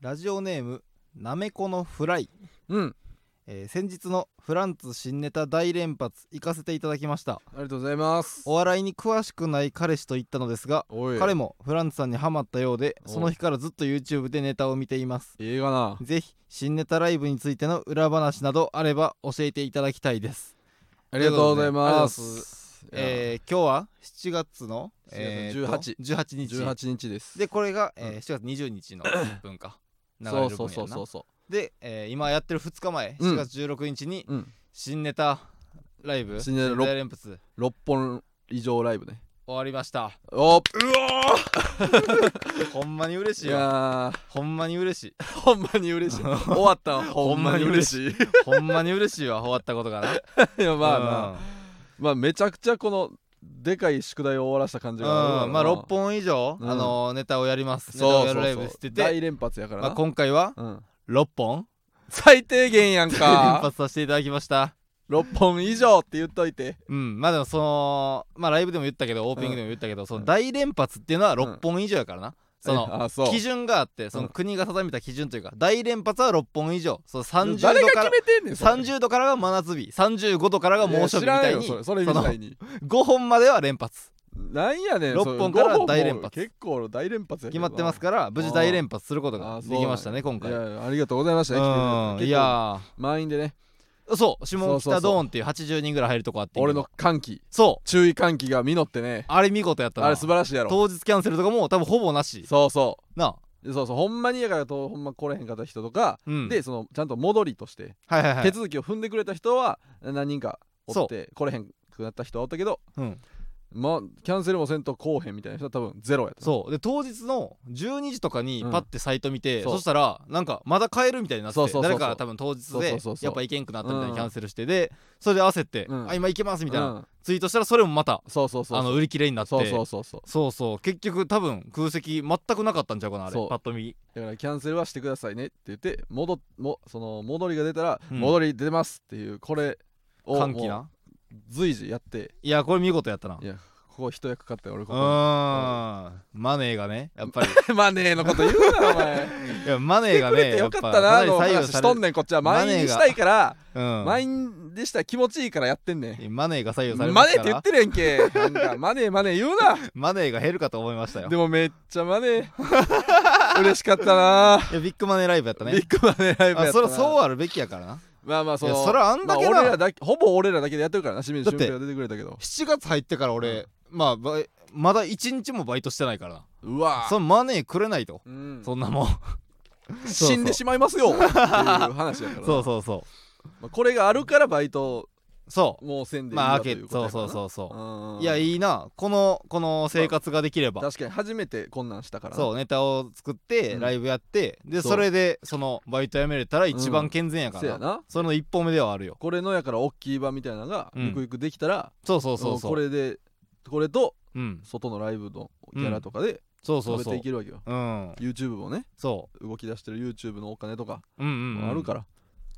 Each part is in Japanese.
ラジオネームなめこのフライ、うんえー先日のフランツ新ネタ大連発行かせていただきましたありがとうございますお笑いに詳しくない彼氏と言ったのですがおい彼もフランツさんにハマったようでおその日からずっと YouTube でネタを見ています映画なぜひ新ネタライブについての裏話などあれば教えていただきたいですありがとうございまありがとうございますええー今日は7月の、えーと18 18ー、日18日ですでこれが、うんえー7月20日の1分か流れそうる分やなそうそうそうそで、えー今やってる2日前うん7月16日にううん新ネタライブ新ネタ六連発終6本以上ライブねわりましたおっほんまに嬉しいいわやほんまに嬉しいーほんまに嬉しい 終わったわほんまに嬉しいほんまに嬉しいわ終わったことがないや まあな、うんまあめちゃくちゃこのでかい宿題を終わらした感じがあるうんまあ6本以上、うんあのネタをやりますネタそをうやそるうライそブうしてて、大連発やからまな、あ、今回はうん、 6本最低限やん連か発させていただきました6本以上って言っといてうんまあでもそのまあライブでも言ったけどオープニングでも言ったけど、そうのん大連発っていうのは6本以上やからな、そのあそう基準があってそのうん国が定めた基準というか、大連発は6本以上そう30誰度がか決らめてんねんそれ30度からが真夏日35度からが猛暑日みたいにや知らんよそれそれみたいに5本までは連発なんやねん六それ本から五も大連発結構大連発やけ決どまなってますから無事大連発することができましたね今い回やいやありがとうございましたねうんいや満員でねーそう下そうそうそ北うドーンっていう80人ぐらい入るとこあってんけど俺の歓喜そう注意喚起が実ってねあれ見事やったなあれ素晴らしいやろ当日キャンセルとかもう多分ほぼなしそうそなあうそうそうほんまにやからとほんま来れへんかった人とかうんでそのちゃんと戻りとしてはいはいは手い続きを踏んでくれた人は何人かおっそて来れへんくなった人はおったけどうんまあキャンセルもせんとこうへんみたいな人は多分ゼロやったそうで当日の12時とかにうんパッてサイト見てそうそしたらなんかまだ買えるみたいになってそうそうそうそ誰うかが多分当日そうそうでそうそうやっぱ行けんくなったみたいにキャンセルしてでそれで焦ってうんあ今行けますみたいなうんツイートしたらそれもまたそうそうそうあの売り切れになってそうそうそうそうそうそう結局多分空席全くなかったんちゃうかなあれそうパッと見だからキャンセルはしてくださいねって言って戻っもその戻りが出たらうん戻り出ますっていうこれを歓喜もなう随時やっていやこれ見事やったないうやここ一役買ったよ俺ここーんマネーがねやっ ぱりマネーのこと言うなお前 いやマネーがくれねてや よっかぱったなあのかなり話しとんねんこっちはマ満ネーが員にしたいからうん満員でしたら気持ちいいからやってんねんマネーが左右されまマすネーかって言っらてるやんけなんかマネーマネー言うなマネーが減るかと思いましたよでもめっちゃマネー 嬉しかった ないやビッグマネーライブやったねビッグマネーライブやったなあそらそうあるべきやからなまあまあそいのやそらあんだけなまあ俺らだけほぼ俺らだけでやってるからな清水だっ俊て平が出てくれたけど7月入ってから俺、まあバイまだ1日もバイトしてないからなうわそのマネーくれないと、うんそんなもんそう死んでしまいま すよっていう話やからなそうそうそまあこれがあるからバイトうそもうせんうでいいまあわと開いけうことそうやかそらなうそうそううんうんいやいいなこのこの生活ができれば、確かに初めてこんなんしたからなそうネタを作って、うんライブやってでそうそれでそのバイト辞めれたら一番健全やからせな,、やなその一歩目ではあるよこれのやから大きい場みたいなのがうんゆくゆくできたらそうそうそうそうもこれでこれとうん外のライブのギャラとかでそうそ食うべそてういけるわけようん、 YouTube もねそ動き出してる YouTube のお金とかう、うんうんうんあるから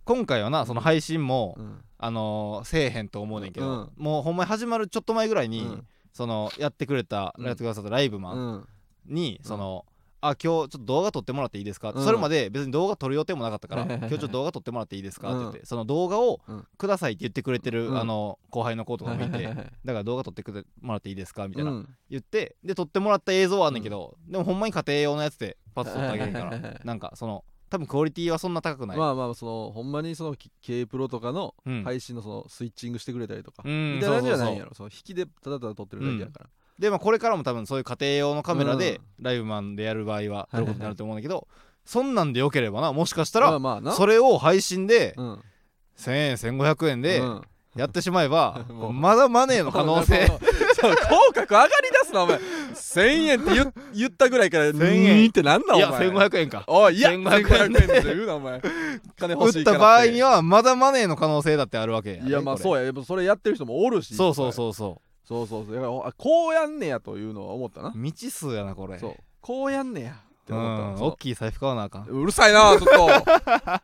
今回はなその配信も、うんあのーせえへんと思うねんけど、うんもうほんまに始まるちょっと前ぐらいに、うんそのやってくれた、うんやってくださったライブマンうんに、うんその「あ今日ちょっと動画撮ってもらっていいですか?」ってうんそれまで別に動画撮る予定もなかったから「はいは今いはい日はいちょっと動画撮ってもらっていいですか?」って言って、うその動画をうんくださいって言ってくれてる、うんあの後輩の子とかはい見はいて、はいはいだから動画撮ってくれもらっていいですかみたいな、うん言ってで撮ってもらった映像はあんねんけど、でもほんまに家庭用のやつでパッと撮ってあげるかはいはいはいらはいなんかその多分クオリティはそんな高くない、まあまあそのほんまにその K プロとかのうん配信のそのスイッチングしてくれたりとか、うんみたいな感じじゃないそうそんうやろその引きでただただ撮ってるだけやから、でまあこれからも多分そういう家庭用のカメラでうライブマンでやる場合ははい撮ることになると思うんだけど、そんなんでよければなもしかしたまあらまあなそれを配信でうん1000円1500円でうんやってしまえば もうまだマネーの可能 性そう口角上がり出すなお前1000円って言言ったぐらいから1000円にーってなんだおい前や1500円かおいいや1500 1500円円でって言うなお前金打欲しっいかたら場合にははまだマネーの可能性だってあるわけやねいやまあこそうややっぱそれやってる人もおるしれそうそううそうそそうそうそうだからあこうやんねやというのは思ったなう未知数やなこれそうこうやんねやってう思ったんなそ大のきい財布買わなあかんうるさいなちょっと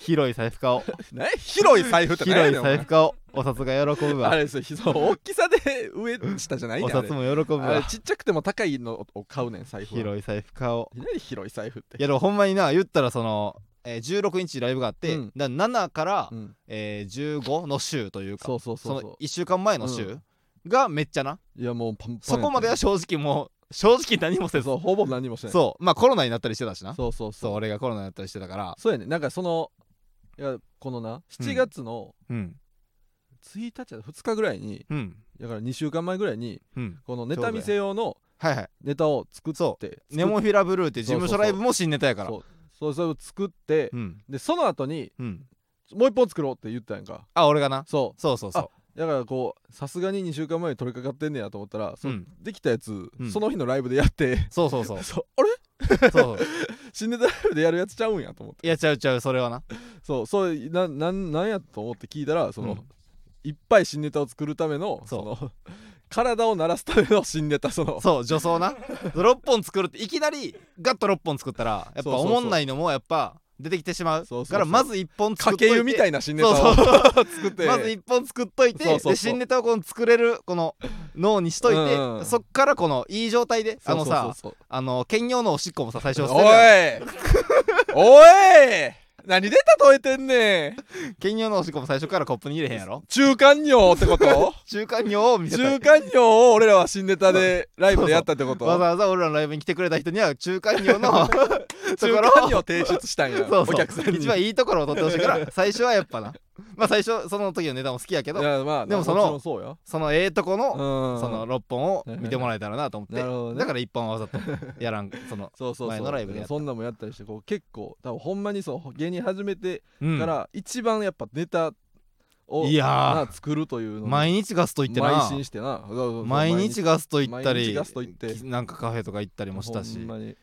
広い財布買おうね広い財布って何広やいねんお前財布買おうお札が喜ぶあわれですよひそう大きさで上下じゃないねおんあれ札も喜ぶあれわちっちゃくても高いのを買うねん財布はい広い財布買おう何広い財布っていやでもほんまにな言ったらその、えー16日ライブがあって、うんだ7から、うん、えー15の週というかそうそうそうのそ1週間前のう週んがめっちゃな、ういやもうパンパンやったそこまでは正直もう正直何もせずそうほぼ何もしてないそうまあコロナになったりしてたしなそうそうそうそう俺がコロナになったりしてたからそうやねなんかそのいやこのな7月のうん1日や2日ぐらいにうんだから2週間前ぐらいにうんこのネタ見せ用のはいはいネタを作ってそ作っネモフィラブルーって事務所ライブも新ネタやからそうそうそれを作ってうんでその後にうんもう一本作ろうって言ったやんかあ俺がなそそうそうそううだからこうさすがに2週間前に取り掛かってんねやと思ったら、そううんできたやつ、うんその日のライブでやって そうそうそうそうあれそうそう新ネタライブでやるやつちゃうんやと思っていやちゃうちゃうそれはなそうそうななんなんやと思って聞いたらその、うんいっぱい新ネタを作るためのそそうの 体を鳴らすための新ネタそのそう助走な6本作るっていきなりガッと6本作ったらやっぱそうそうおそうもんないのもやっぱ出てきてしまうそうそうそかうらまず1本作家っとい計て湯みたいいな新ネタそをうそう 作ってまず1本作っといてそうそうそうで新ネタをこの作れるこの脳にしといて、うんうんそっからこのいい状態であのさそうそうそうあの兼用のおしっこもさ最初捨おているやおい何で例えてんねんん兼用のおしっこも最初からコップに入れへんやろ中間尿ってこと中間尿を見せたい中間尿を俺らは新ネタでライブでやったってことわざわざ俺らのライブに来てくれた人には中間尿のとこ中間ろ尿を提出したんや そうそうお客さんに一番いいところを取ってほしい から最初はやっぱなまあ最初その時の値段も好きやけいどやまあでもそそののそうやそのええとこうのんその6本を見てもらえたらなと思っなるてほどねだから1本はわざと やらんそのそうそうそう前のライブでやったそんなんもやったりしてこう結構多分ほんまにそう芸人始めてうんから一番やっぱネタをいやな作るというのーに毎日ガスト行って邁な進してなそうそうそう毎日ガスト行った毎り日ガスト行ってきなんかカフェとか行ったりもしたしほんまに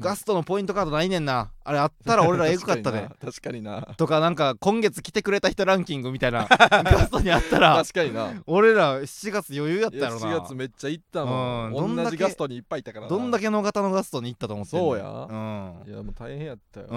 ガストのポイントカードないねんなあれあった ら俺らエグかったで確かになとかなんか今月来てくれた人ランキングみ たいなガストにあったら確かにな俺ら7月余裕やったいややろ7月なめっちゃ行ったもんうんどんだ同けじガストにいっぱいいたからなどんだけ野方のガストに行ったと思ってんのそうやういやもう大変やったよ、んうん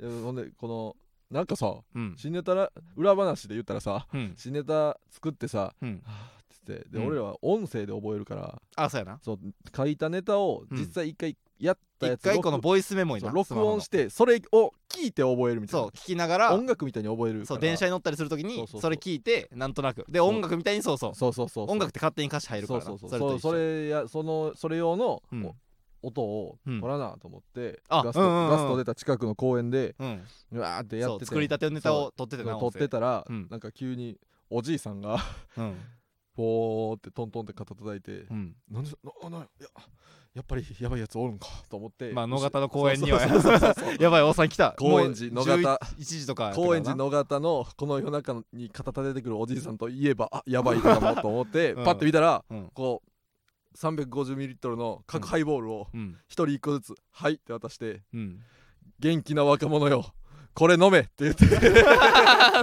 いやほんでこのなんかさうん新ネタら裏話で言ったらさうん新ネタ作ってさうんつってで、うん俺らは音声で覚えるからあそうやなそう書いたネタをうん実際一回やったや一つ、回この録ボイスメモにそなう録音しててそれを聞いて覚えるみたいそうな聞きながら音楽みたいに覚えるからそう電車に乗ったりするときそうにそうそうそれ聞いてなんとなくで音楽みたいにそうそうそうそうそうそう音楽って勝手に歌詞入るからなそうそうれそとう一緒それやそのそれ用の、うんお音を取らなと思って、あガスト、うんうんうんガスト出た近くの公園でうんうわーってやそっうてて作りたてのネタを撮っててな撮ってたら、うんなんか急におじいさんが 音声うんボーってトントンって肩叩いて、うんなんでななんやいややっぱりやばいやつおるんかと思ってまあ野方の公園にはそうそうそうそう やばいおっさん来た高円寺もう野方11 1時とかやったからな高円寺野方のこの夜中に肩叩いてくるおじいさんといえばあやばいかもと思って、 うんパッて見たらうんこう 350ml の角ハイボールをうん一人一個ずつ「はい」って渡して うん「元気な若者よこれ飲め」って言って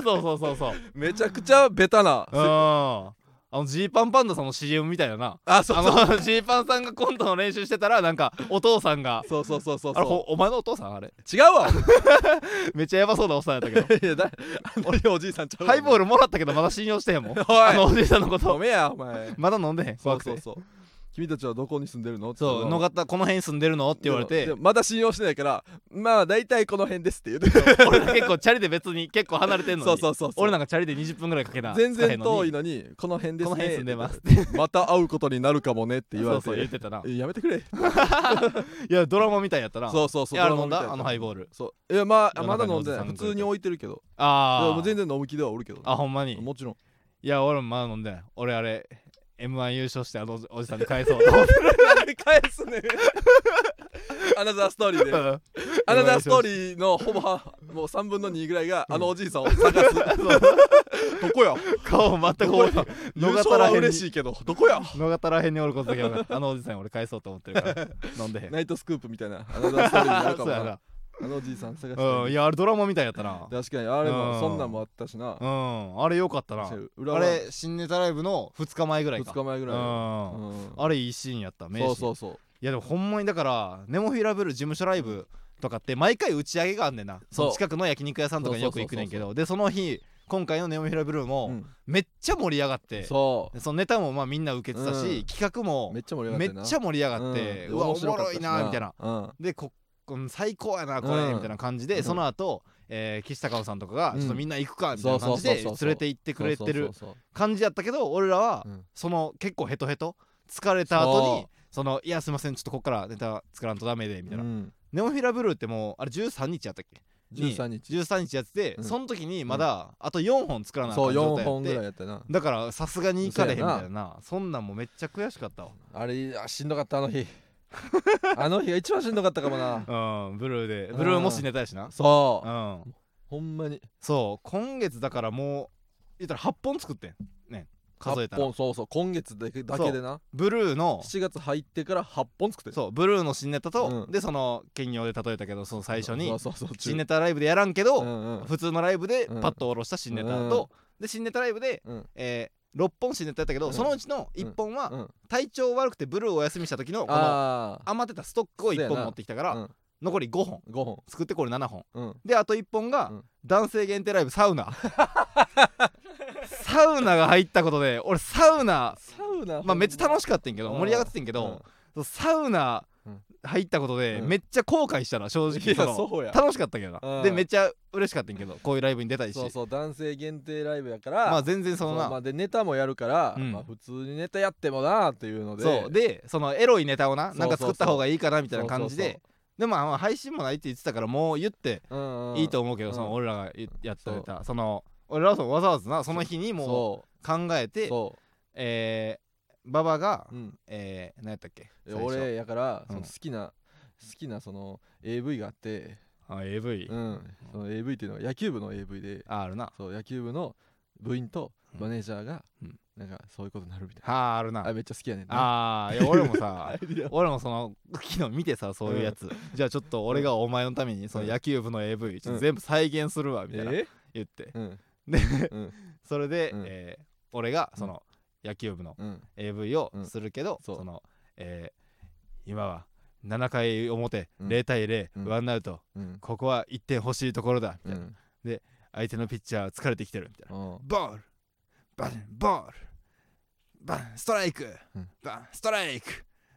そうそうそうそうめちゃくちゃベタなうんあのジーパンパンダさんの CM みたいだなあそうあの ジーパンさんがコントの練習してたらなんかお父さんがそうそうそうそうあれほそお前のお父さんあれう違うわ めっちゃやばそうなおっさんやったけどいやだ俺のおじいさんちゃうハイボールルもらったけどまだ信用してへんもんあのお おじいさんのこい飲とめやお前まだ飲んでへんそ怖うくてそうそう君たちはどこに住んでるのそう野っ方この辺住んでるのって言われてまだ信用してないからまあ大体この辺ですって言うて俺ら結構チャリで別に結構離れてんのにそうそうそうそう俺なんかチャリで20分ぐらいかけな全然遠いののにこの辺にですこねの辺住んでますっまた会うことになるかもねってて言われてそうそう言ってたなやめてくれいやドラマみたいやったなそうそういそうやあれドラ飲んマみたいだなあのハイボールそういやまあ夜ま中だに飲んでないおじさんが普来る通に置いてるけどいやあもうあ全然飲む気ではおるけどねあほんまにも ちろんいや俺もまだ飲んでない俺あれ m 1優勝してあのおじさんに返そうと思って返す ねアナザーストーリーでアナザーストーリーのほぼはもう3分の2ぐらいがあのおじいさんを探 すどこや 顔全く覚えて 優野勝方らはへんに嬉しいけどどこや野方らへんにおることだけは分かるあのおじさんに俺返そうと思ってるから飲ん でへんナイトスクープみたいなアナザーストーリーになる かそもうやななあのおじいさん探して、うんいやあれドラマみたいやった な確かにあれうんもそんなんもあったしな、うんあれよかったな裏あはれ新ネタライブの2日前ぐらい2か日前ぐらいの、うんうんあれいいシーンやった名シーそンうそうそういやでもほんまにだからネモフィラブル事務所ライブとかって毎回打ち上げがあんねんなそう近くの焼肉屋さんとかによく行くねんけどでその日今回の「ネオメヒラブルー」うもんめっちゃ盛り上がって、そそのネタもまあみんな受けてたし、うん企画もうめっちゃ盛り上がめっってなちゃ盛り上がって、うわおもろいなみたいな、うんでこうん最高やなこれ、うんみたいな感じで、うんその後、えー岸高尾さんとかが、うんちょっとみんな行くかみたいな感じでそうそうそう連そうれて行ってくれてそるうそうそう感じやったけど俺らはそううんその結構ヘトヘト疲れた後にそうそのいやすいませんちょっとこっからネタ作らんとダメでみたいな、うんネオフィラブルーってもうあれ13日やったっけに13日13日やってて、うんその時にまだあと4本作らなあかそんう状4態や本っぐらていやったなだからさすがに行かれへんみそうやなたいなそんなんもめっちゃ悔しかったあれあしんどかったあの 日あの日が一番しんどかったかもなわうんブルーでブルーもしネタやしなそううんほんまにそう今月だからもう言ったら8本作ってんね数えた8ら本そうそう今月だけだけでなブルーの7月入ってから8本作ってるそうブルーの新ネタと、うんでその兼業で例えたけどその最初にそうそうそう新ネタライブでやらんけど、うんうん普通のライブでうんパッと下ろした新ネタと、で新ネタライブで、うんえ6本新ネタやったけど、うんそのうちの1本は、うん体調悪くてブルーをお休みした時のこのあー余ってたストックを1そう本やな持ってきたから、うん残り5本5本作ってこれ7本うんであと1本が、うん男性限定ライブサウナサウナが入ったことで俺サウナサウナまあめっちゃ楽しかったんやけどうん盛り上がってたんやけ ど、サウナうん入ったことで、うんめっちゃ後悔したな正うん直いやのそうや楽しかったけどな、うんでめっちゃ嬉しかったんやけどこういうライブに出たいしそうそう男性限定ライブやからまあ全然そのなまあでネタもやるから、うんまあ普通にネタやってもなっていうのでそうでそのエロいネタをなそうそなうんか作った方がいいかなみたいな感じそうそうででもまあ配信もないって言ってたからもう言ってそううんうんいいと思うけど、うんその俺らが言やったネタその俺らはそうわざわざなその日にもそう考えうてそえー、ババがう、うん、えー、何やったっけいや俺やから、うんその好きな好きなその AV があって、あ AV、うん、その AV っていうのは野球部の AV でああるなそう野球部の部員とうんマネージャーが、うんなんかそういうことになるみたいはああるなな、あめっちゃ好きやねんなあーいや俺も アさイディア 俺もその昨日見てさそういうやつ、じゃあちょっと俺がお前のためにその野球部の AV ちょっと全部再現するわみたいなえ言ってうんでうんそれで、うんえー俺がその野球部のうん AV をうんするけど、そうその、えー今は7回表うん0対0、うんワンアウトうんここは1点欲しいところだみうたいな、ん相手のピッチャー疲れてきてるみたいな、うんボールバンボールバンストライク、うんバンストライク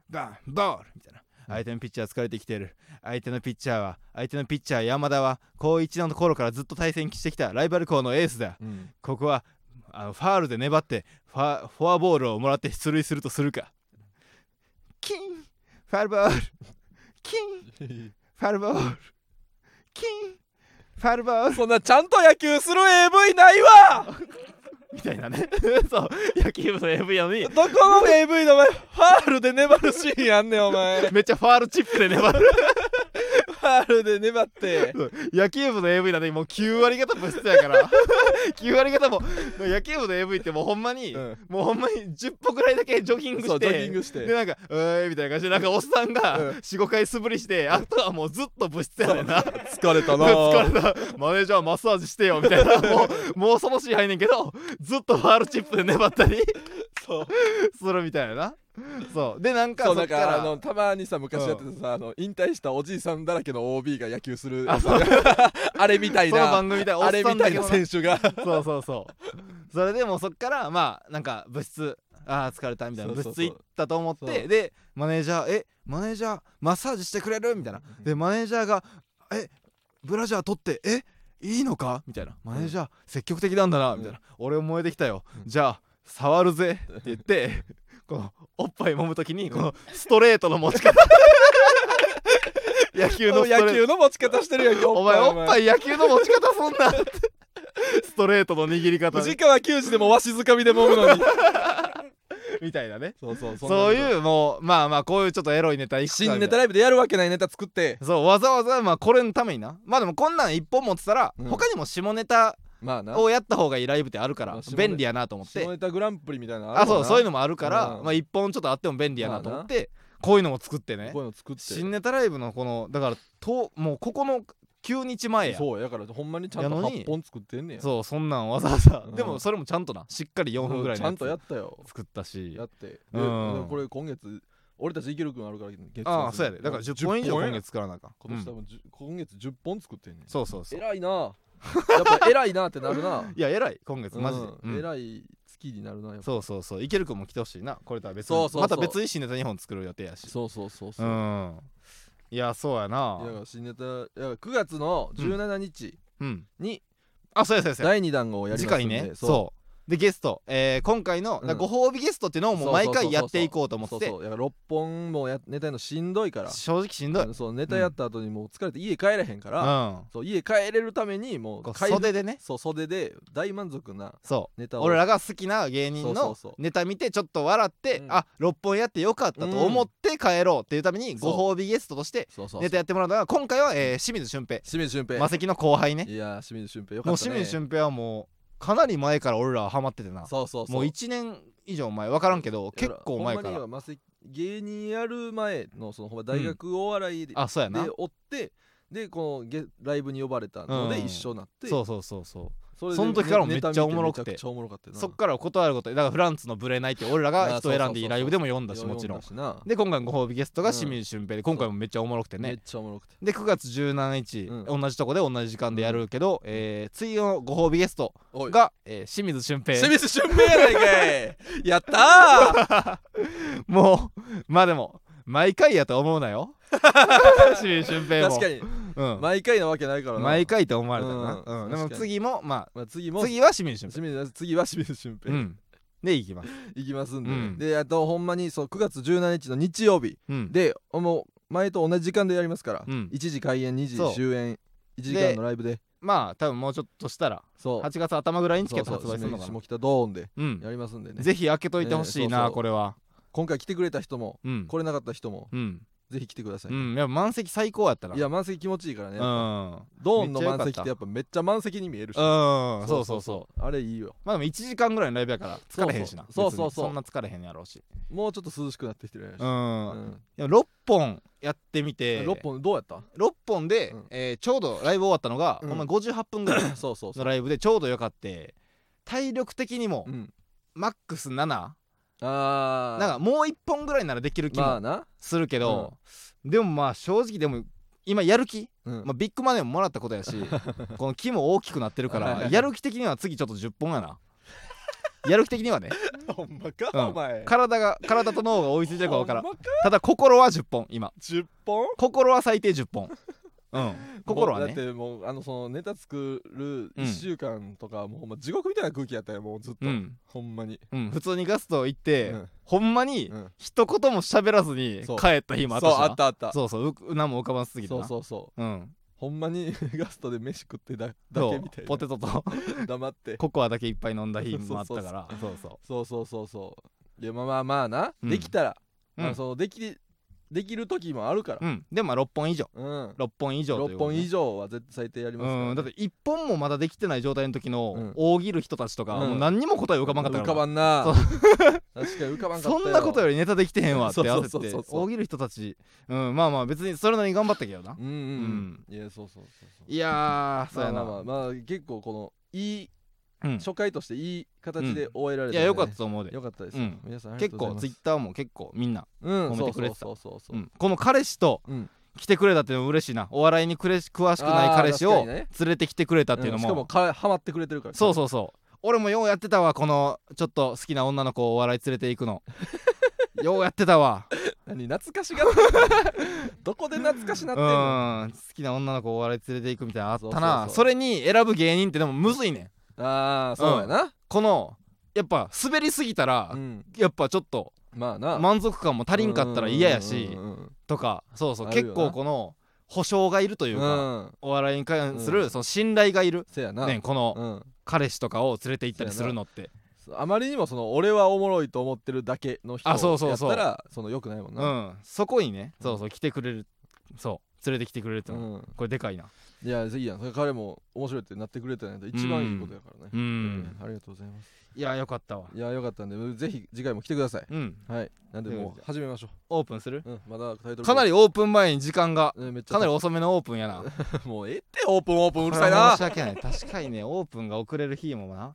バンボールみたいな相手のピッチャー疲れてきてる相手のピッチャーは相手のピッチャー山田は高一の頃からずっと対戦してきたライバル校のエースだうんここはあのファールで粘ってファフォアボールをもらって出塁するとするかキンファールボールキンファールボールキンファールボールそんなちゃんと野球する AV ないわ みたいなね そう野球部の AV やのにどこの AV のお前ファールで粘るシーンやんねんお前めっちゃファールチップで粘るファールで粘って野球部の AV なんでもう9割方物質やから9割方も野球部の AV ってもうほんまに、うんもうほんまに10歩ぐらいだけジョギングそしうジョギてングしてでなんか「うーい」みたいな感じでなんかおっさんがうん45回素振りしてあとはもうずっと物質やねんな疲れたな疲れたマネージャーマッサージしてよみたい なもうもう恐ろしい入んねんけどずっとファールチップで粘ったりそうするみたいななそうでなんかそそうなっんかからあのたまにさ昔やってたさあの引退したおじいさんだらけの OB が野球するあそう あれみたいそのな番組でおあっれさんみただいけなの選手が そうそうそうそれでもうそっからまあなんか物質あー疲れたみたいなそ物うそう質そう行ったと思っそてうでマネージャーえマネージャーマッサージしてくれるみたいなでマネージャーがえブラジャー取ってえいいのかみたいなマネージャー積極的なんだなみたいな、俺も燃えてきたよ、うんじゃあ触るぜって言ってこのおっぱい揉むときにこのストレートの持ち 方野球の野ストレート球の持ち方してるやんけお前おっぱいい野球の持ち方そんなストレートの握り 方藤川球児でもわしづかみで揉むのにみたいなねそうそうそんな そういうもうまあまあこういうちょっとエロいネタ一新ネタライブでやるわけないネタ作ってそうわざわざまあこれのためになまあでもこんなん一本持ってたら、うん他にも下ネタまあなをやった方がいいライブってあるからあ下ネタ便利やなと思っ下てネタグランプリみたいなのあるわそうなそういうのもあるから、うんまあ一本ちょっとあっても便利やなと思ってこういうのも作ってねこういうの作って新ネタライブのこのだからともうここの9日前やそうそうやからほんまにちゃんとやのに8本作ってんねやそんなんわざわざ、うんでもそれもちゃんとなしっかり4分ぐらいちのゃやんとやつったよ作ったしやってでうんでこれ今月俺たちいけるくんあるから月末ああそうやでだから10本以上今月作らなあかん今年う多ん分10今月10本作ってんねんそうそうそう偉いなやっぱ偉いなってなるないや偉い今月 マジで、ううんん偉い月になるなやっぱそうそうそういけるくんも来てほしいなこれとは別にそうそうそうまた別に新ネタ2本作る予定やしそうそうそううそう、んいやそうやないや新ネタいや9月の17日うんにあそうやそうやそうや第2弾をやり次ます回んで、ねそうでゲスト、えー今回の、うんだからご褒美ゲストっていうのをもう毎回やっていこうと思ってそうそうやから6本もやネタやるのしんどいから正直しんどい、うん、そうネタやった後にもう疲れて家帰れへんから、そう家帰れるためにもうこう帰る袖でねそう袖で大満足なそネうタを俺らが好きな芸人そうそうのそうネタ見てちょっと笑ってうんあ六本やってよかったと思って帰ろうっていうためにそうご褒美ゲストとしてそうそうそうネタやってもらうのが今回は、えー清水俊平清水俊平、マセキの後輩ねいやー清水俊平よかもうった、ね、清水俊平はもうかなり前から俺らはハマっててなそうそうそうもう1年以上前分からんけど結構前かほんまにらはマセ芸人やる前のそのほんま大学お笑いで,、あそうやなで追ってでこのゲライブに呼ばれたのでうん一緒になって、そうそうそうそうそれでその時からもめっちゃネタ見おもろくてめちゃくちゃおもろかったよなそっから断ることだからフランツのブレないって俺らが人選んでいいライブでも読んだしもちろん読だしなで今回のご褒美ゲストうがん清水俊平で今回もめっちゃおもろくてめっねちゃおもろくてで9月17日、う同じとこで同じ時間でやるけど、えー次のご褒美ゲストおいが、えー清水俊平清水俊平やないかいやったーもうまあでも毎回やと思うな よ清水俊平も確かにうん毎回なわけないからな毎回と思われたな、ううんん確でかもに次もままあ、次あも次は清水俊清水次は清水俊平、平、うん、でいきます、いきますんで、うんであとほんまにそう9月17日の日曜日うん、でもう前と同じ時間でやりますから、うん1時開演2時そう終演1時間のライブでまあ多分もうちょっとしたらそう8月頭ぐらいにチケットそう発そう売するの下かな下北ドーンでうんやりますんでねぜひ開けといてほしいねな、そうそうこれは今回来てくれた人もうん来れなかった人もうん、ぜひ来てください、うん、やっぱ満席最高やったないや満席気持ちいいからね、うんドーンのめっちゃ満良かっ席たってやっぱめっちゃ満席に見えるし、うんそうそうそうあれいいよまあでも1時間ぐらいのライブやから疲れへんしなそうそ別にうそうそうそんな疲れへんやろうしもうちょっと涼しくなってきてるやろしうん、うんでも6本やってみて6本どうや った六本で、うんえーちょうどライブ終わったのが、うんほんま58分ぐらいそうそうそのう、ライブでちょうどよかって体力的にも、うん、マックス7なんあーかもう1本ぐらいならできる気まあもな、するけど、でもまあ正直でも今やる気、 うんまあ、ビッグマネーももらったことや しこの木も大きくなってるかはいはいらはいやる気的には次ちょっと10本やなやる気的にはねほんまか、うんお前体が体と脳が追いついてるか分からんほんまかただ心は10本今10本心は最低10本 うん心はもうねだってもうあのそのネタ作るうん1週間とか、もうほんま地獄みたいな空気やったよもうずっと、うんほんまに、うん、普通にガスト行って、うんほんまにうん一言も喋らずにそう帰った日もあっそたうしなあったあったそうそうう何も浮かばんすぎてそうなうそうそうんほんまにガストで飯食ってだだそけうみたいポなテト と黙ってココアだけいっぱい飲んだ日もあったからそうそうそうそうそうそういやまあまあまあな、うんできたら、うんまあ、そのできできる時もあるからうんでもまあ6本以上うん、 6本以上とい6うこと本ね以上は絶対最低やりますから、うん、だって1本もまだできてない状態の時うんの大喜る人たちとか、うんもう何にも答え浮かばんかった浮かからばんな確かに浮かばんかった そよんなことよりネタできてへんわって焦 っそうそうてそうそう大喜る人たち、うん、まあまあ別にそれなりに頑張ったけどなうんうん、うん、いやそうそうそうそういやーそうやな、まあまあまあ結構このいいうん、初回としていい形でう終えられいたやねよかったと思うでよかったです、うん皆さんあり結がとう構ござツいイッターも結構みんな、ます褒めてくれてたうんそうそうそうそううんこの彼氏とうん来てくれたっていうのも嬉しいなお笑いにくれし詳しくない彼氏あーを確かに連ねれてきてくれたっていううのんも,、しかもかハマってくれてるからそうそうそう俺もようやってたわこのちょっと好きな女の子をお笑い連れていく のようやってたわ何懐かしが ってんのどこで懐かしなうってんのん好きな女の子をお笑い連れていくみたいなのあったなそうそうそそうれに選ぶ芸人ってでもむずいねんああそうやなこのやっぱ滑りすぎたら、うんやっぱちょっとまあな満足感も足りんかったら嫌やしうんうんとかそうそうあるよな結構この保証がいるといううんうか、んうんお笑いに関する、うんその信頼がいる、せやなねんこのうん彼氏とかを連れて行ったりするのってあまりにもその俺はおもろいと思ってるだけの人やあっそうそうそうたらそのよくないもんうな、んそこにねそうそう来てくれるそう連れてきてくれるっての、うん、これでかいないやいいやんそれ彼も面白いってなってくれたんやったら一番いいことやからねうん、うんありがとうございますいやよかったわいやよかったんでぜひ次回も来てくださいうんはいなんでというもことう始めましょオープンするう、うん、まだタイトルかなりオープン前に時間がうんめっちゃかなり遅めのオープンやな もうええってオープンオープンううるさいな申し訳ない確かにねオープンが遅れる日もな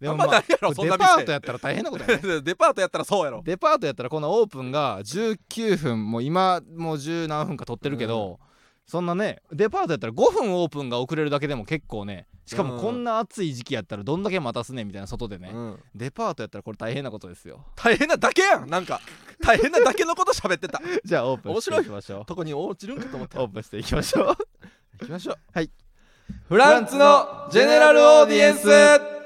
であんまないやろこそれんデなパ店ートやったら大変なこと やねデパートやったらそうやろデパートやったらこのオープンが19分もう今もう十何分か撮ってるけど、そんなねデパートやったら5分オープンが遅れるだけでも結構ねしかもこんな暑い時期やったらどんだけ待たすねんみたいな外でね、うんデパートやったらこれ大変なことですよ 大変なだけやんなんか大変なだけのこと喋って たじゃあオープンしていきましょとこに落ちるんかと思うったオープンしていきましょう行きましょうはいフランツのジェネラルオーディエンス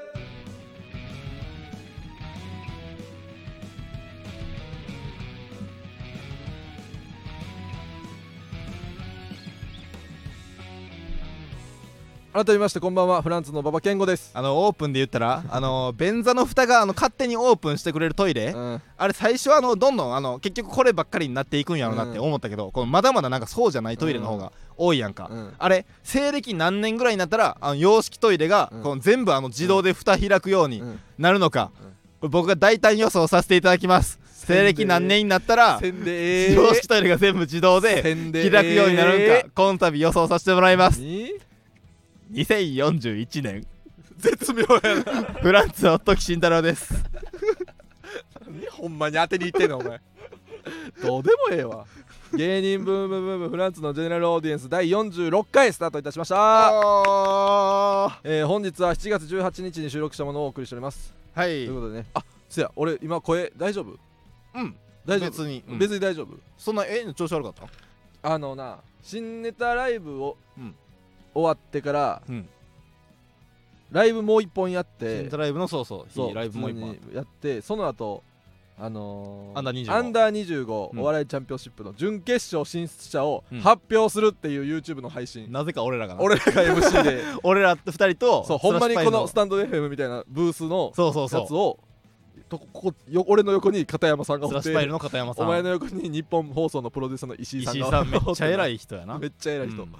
改めましてこんばんはフランツの馬場健吾です、あのオープンで言ったらあの便座の蓋があの勝手にオープンしてくれるトイレ、うん、あれ最初はあのどんどんあの結局こればっかりになっていくんやろうなってうん思ったけど、このまだまだなんかそうじゃないトイレの方が多いやんか、うんあれ西暦何年ぐらいになったらあの洋式トイレがうんこの全部あの自動で蓋開くようにうんなるのか、うんこれ僕が大胆予想させていただきます西暦何年になったら宣伝洋式トイレが全部自動で宣開くようになるのかこの度予想させてもらいますに2041年絶妙やなフランスの時慎太郎 ですほんまに当てにいってんのお前どうでもええわ芸人ブームブームフランツのジェネラルオーディエンス第46回スタートいたしました、はえー本日は7月18日に収録したものをお送りしておりますといいうことでねあせや俺今声大丈夫うん大丈夫別に、うん別に大丈夫そんなえ調子悪かったあのな新ネタライブを、うん終わってから、うんライブもう一本やっセてンターライブのそうそうそうライブもう一本あっ普通にやってその後あのーアンダー25アンダー25、うんお笑いチャンピオンシップの準決勝進出者をうん発表するっていう YouTube の配た信、なぜか俺らがな俺らが MC で俺ら二人とそうほんまスにラッシこュパイのスタンド FM みたいなブースのそうそうシャツそうをとここよ俺の横に片山さんがスおラッっシュパイルての片山さおん前の横に日本放送のプロデューサーの石井さん石井がさんめっちゃ偉いい人やな めっちゃ偉い人、うん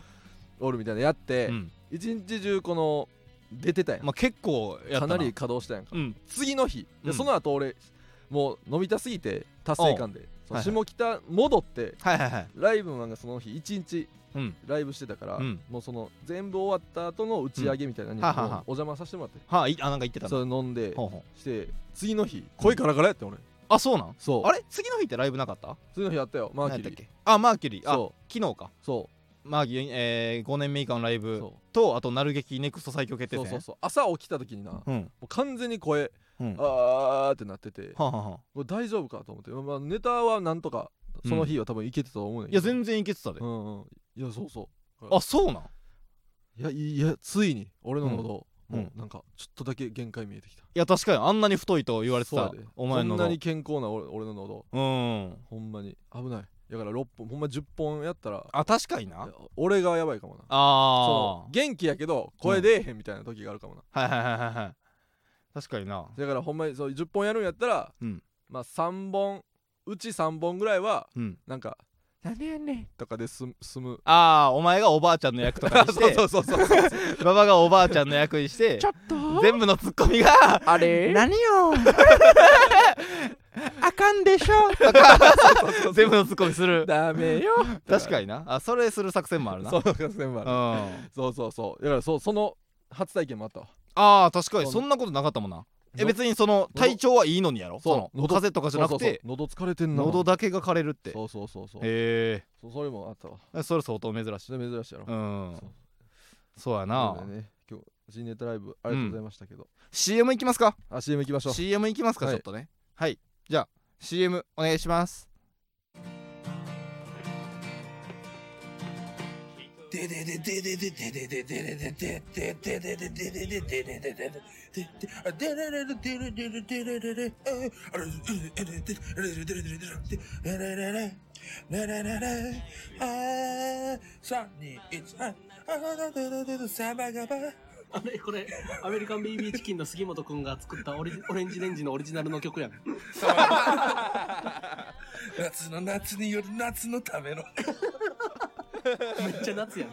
おるみたいなやって、うん一日中この出てたやん、まあ結構やったかなり稼働したやんかうん次の日、うんでその後俺もう飲みたすぎて達成感で、そのはいはい下北戻ってはいはいはいライブマンがその日1日うんライブしてたから、うんもうその全部終わった後の打ち上げみたいなのにもうんうはははお邪魔させてもらって、はあいあなんか言ってたなそれ飲んでほうほうして次の日声ガラガラやって俺あそうなんそうあれ次の日ってライブなかった次の日やったよマー何やっキたっュリーけあマーキュリーあそ昨日かうそマーキュリーえー5年目以下のライうブそとあとなる劇ネクスト最強う決そ定うそう戦そう朝起きた時になもうんう完全に声うんはあーってなっててあはあはあもう大丈夫かと思って、まあ、ネタはなんとかその日は多分いけてたと思うねんいや全然いけてたでうんうんいやそうそうあそうなんいやいやついに俺の喉、うんもうなんかちょっとだけ限界見えてきたいや確かにあんなに太いと言われてそうやたでお前のこんなに喉健康な俺俺の喉うんほんまに危ないだから6本ほんま10本やったらあ確かにいなや俺がやばいかもなあそう元気やけど声出えへんみたいな時があるかもな、あはいはいはいはいはい確かになだからほんまにそう10本やるんやったら、うんまあ3本うち3本ぐらいはうんなんか「なんでやねん」とかで済む済むああお前がおば あちゃんの役とかにし そうてそうそうそうそう馬場がおばあちゃんの役にしてちょっと全部のツッコミがあれ何よ あかんでしょ全部のツッコミするダメよ確かになあそれする作戦もあるな そうそうそううんあそうそうそうだからそうその初体験もあったわあ確かにそそうんなことなかったもんなえの別にその体調はいいのにやろそうその喉風邪とかじゃなくそうそうてそう喉疲れてんな喉だけが枯れるってへそうそうそうそうえそうそれもあったわそれ相当珍しいそれ珍しいやろ、うそうんそうやなそうだよね今日新ネタライブありがとうございましたけど、 CM いきますかあ CM 行きましょう CM いきますか、はちいょっとねはいじゃあ CM お願いし ますあれこれ、アメリカンベイビーチキンの杉本くんが作ったオレオレンジレンジのオリジナルの曲やん。夏の夏による夏のためのめっちゃ夏やん。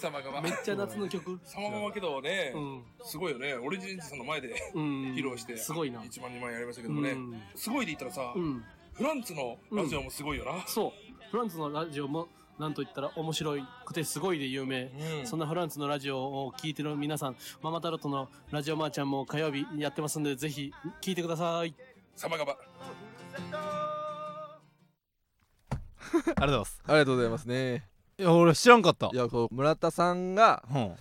様がめっちゃ夏の曲。様がまけどね、うん。すごいよねオレンジレンジさんの前でうん。披露してすごいな。 1万2万やりましたけうどもね、ん。すごいで言ったらさ、うん。フランツのラジオもすごいよな、そう。フランスのラジオも、なんと言ったら面白くてすごいで有名。うんそんなフランスのラジオを聞いてる皆さん、ママタロットのラジオマーちゃんも火曜日やってますんで、ぜひ聞いてください。様がばありがとうございますありがとうございますねいや俺知らんかったいやこう村田さんがうん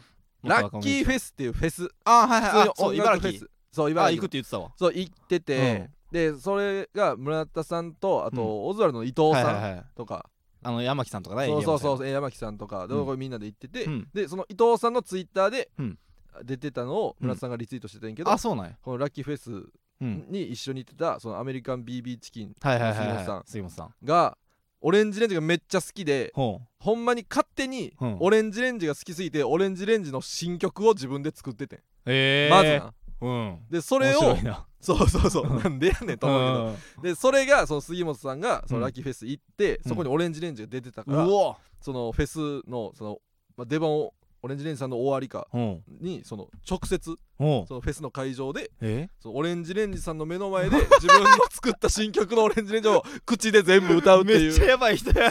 ラッキーフェェスっていうフェスあーはいはいあ普通そうに音茨楽フェ城スそうあ茨ー行城くって言ってたわそう行ってて、でそれが村田さんとあと、うオズワルドの伊藤はいはいさんはいとか、あの山木さんとかねそうそうそううえー山木さんとかで、うんこれみんなで行ってて、うんでその伊藤さんのツイッターで、うん出てたのを村田さんがリツイートしてたんやけど、あそうなんやこのラッキーフェスうんに一緒に行ってたそのアメリカン BB チキンはいはいはい杉本さはんい杉本さんがオレンジレンジがめっちゃ好きでほほんまに勝手にうんオレンジレンジが好きすぎてオレンジレンジの新曲を自分で作っててん、うええまずなうんでそそれをなそうそうそうなんでやねんと思うけどうんでそれがその杉本さんがそうんのラッキーフェス行って、うんそこにオレンジレンジが出てたから、うおそのフェスのその、まあ、出番をオレンジレンジさんの終わりかうんにその直接うんそのフェスの会場でえそのオレンジレンジさんの目の 前で自分の作った新曲のオレンジレンジを口で全部歌うってめいっちゃうやばい人 や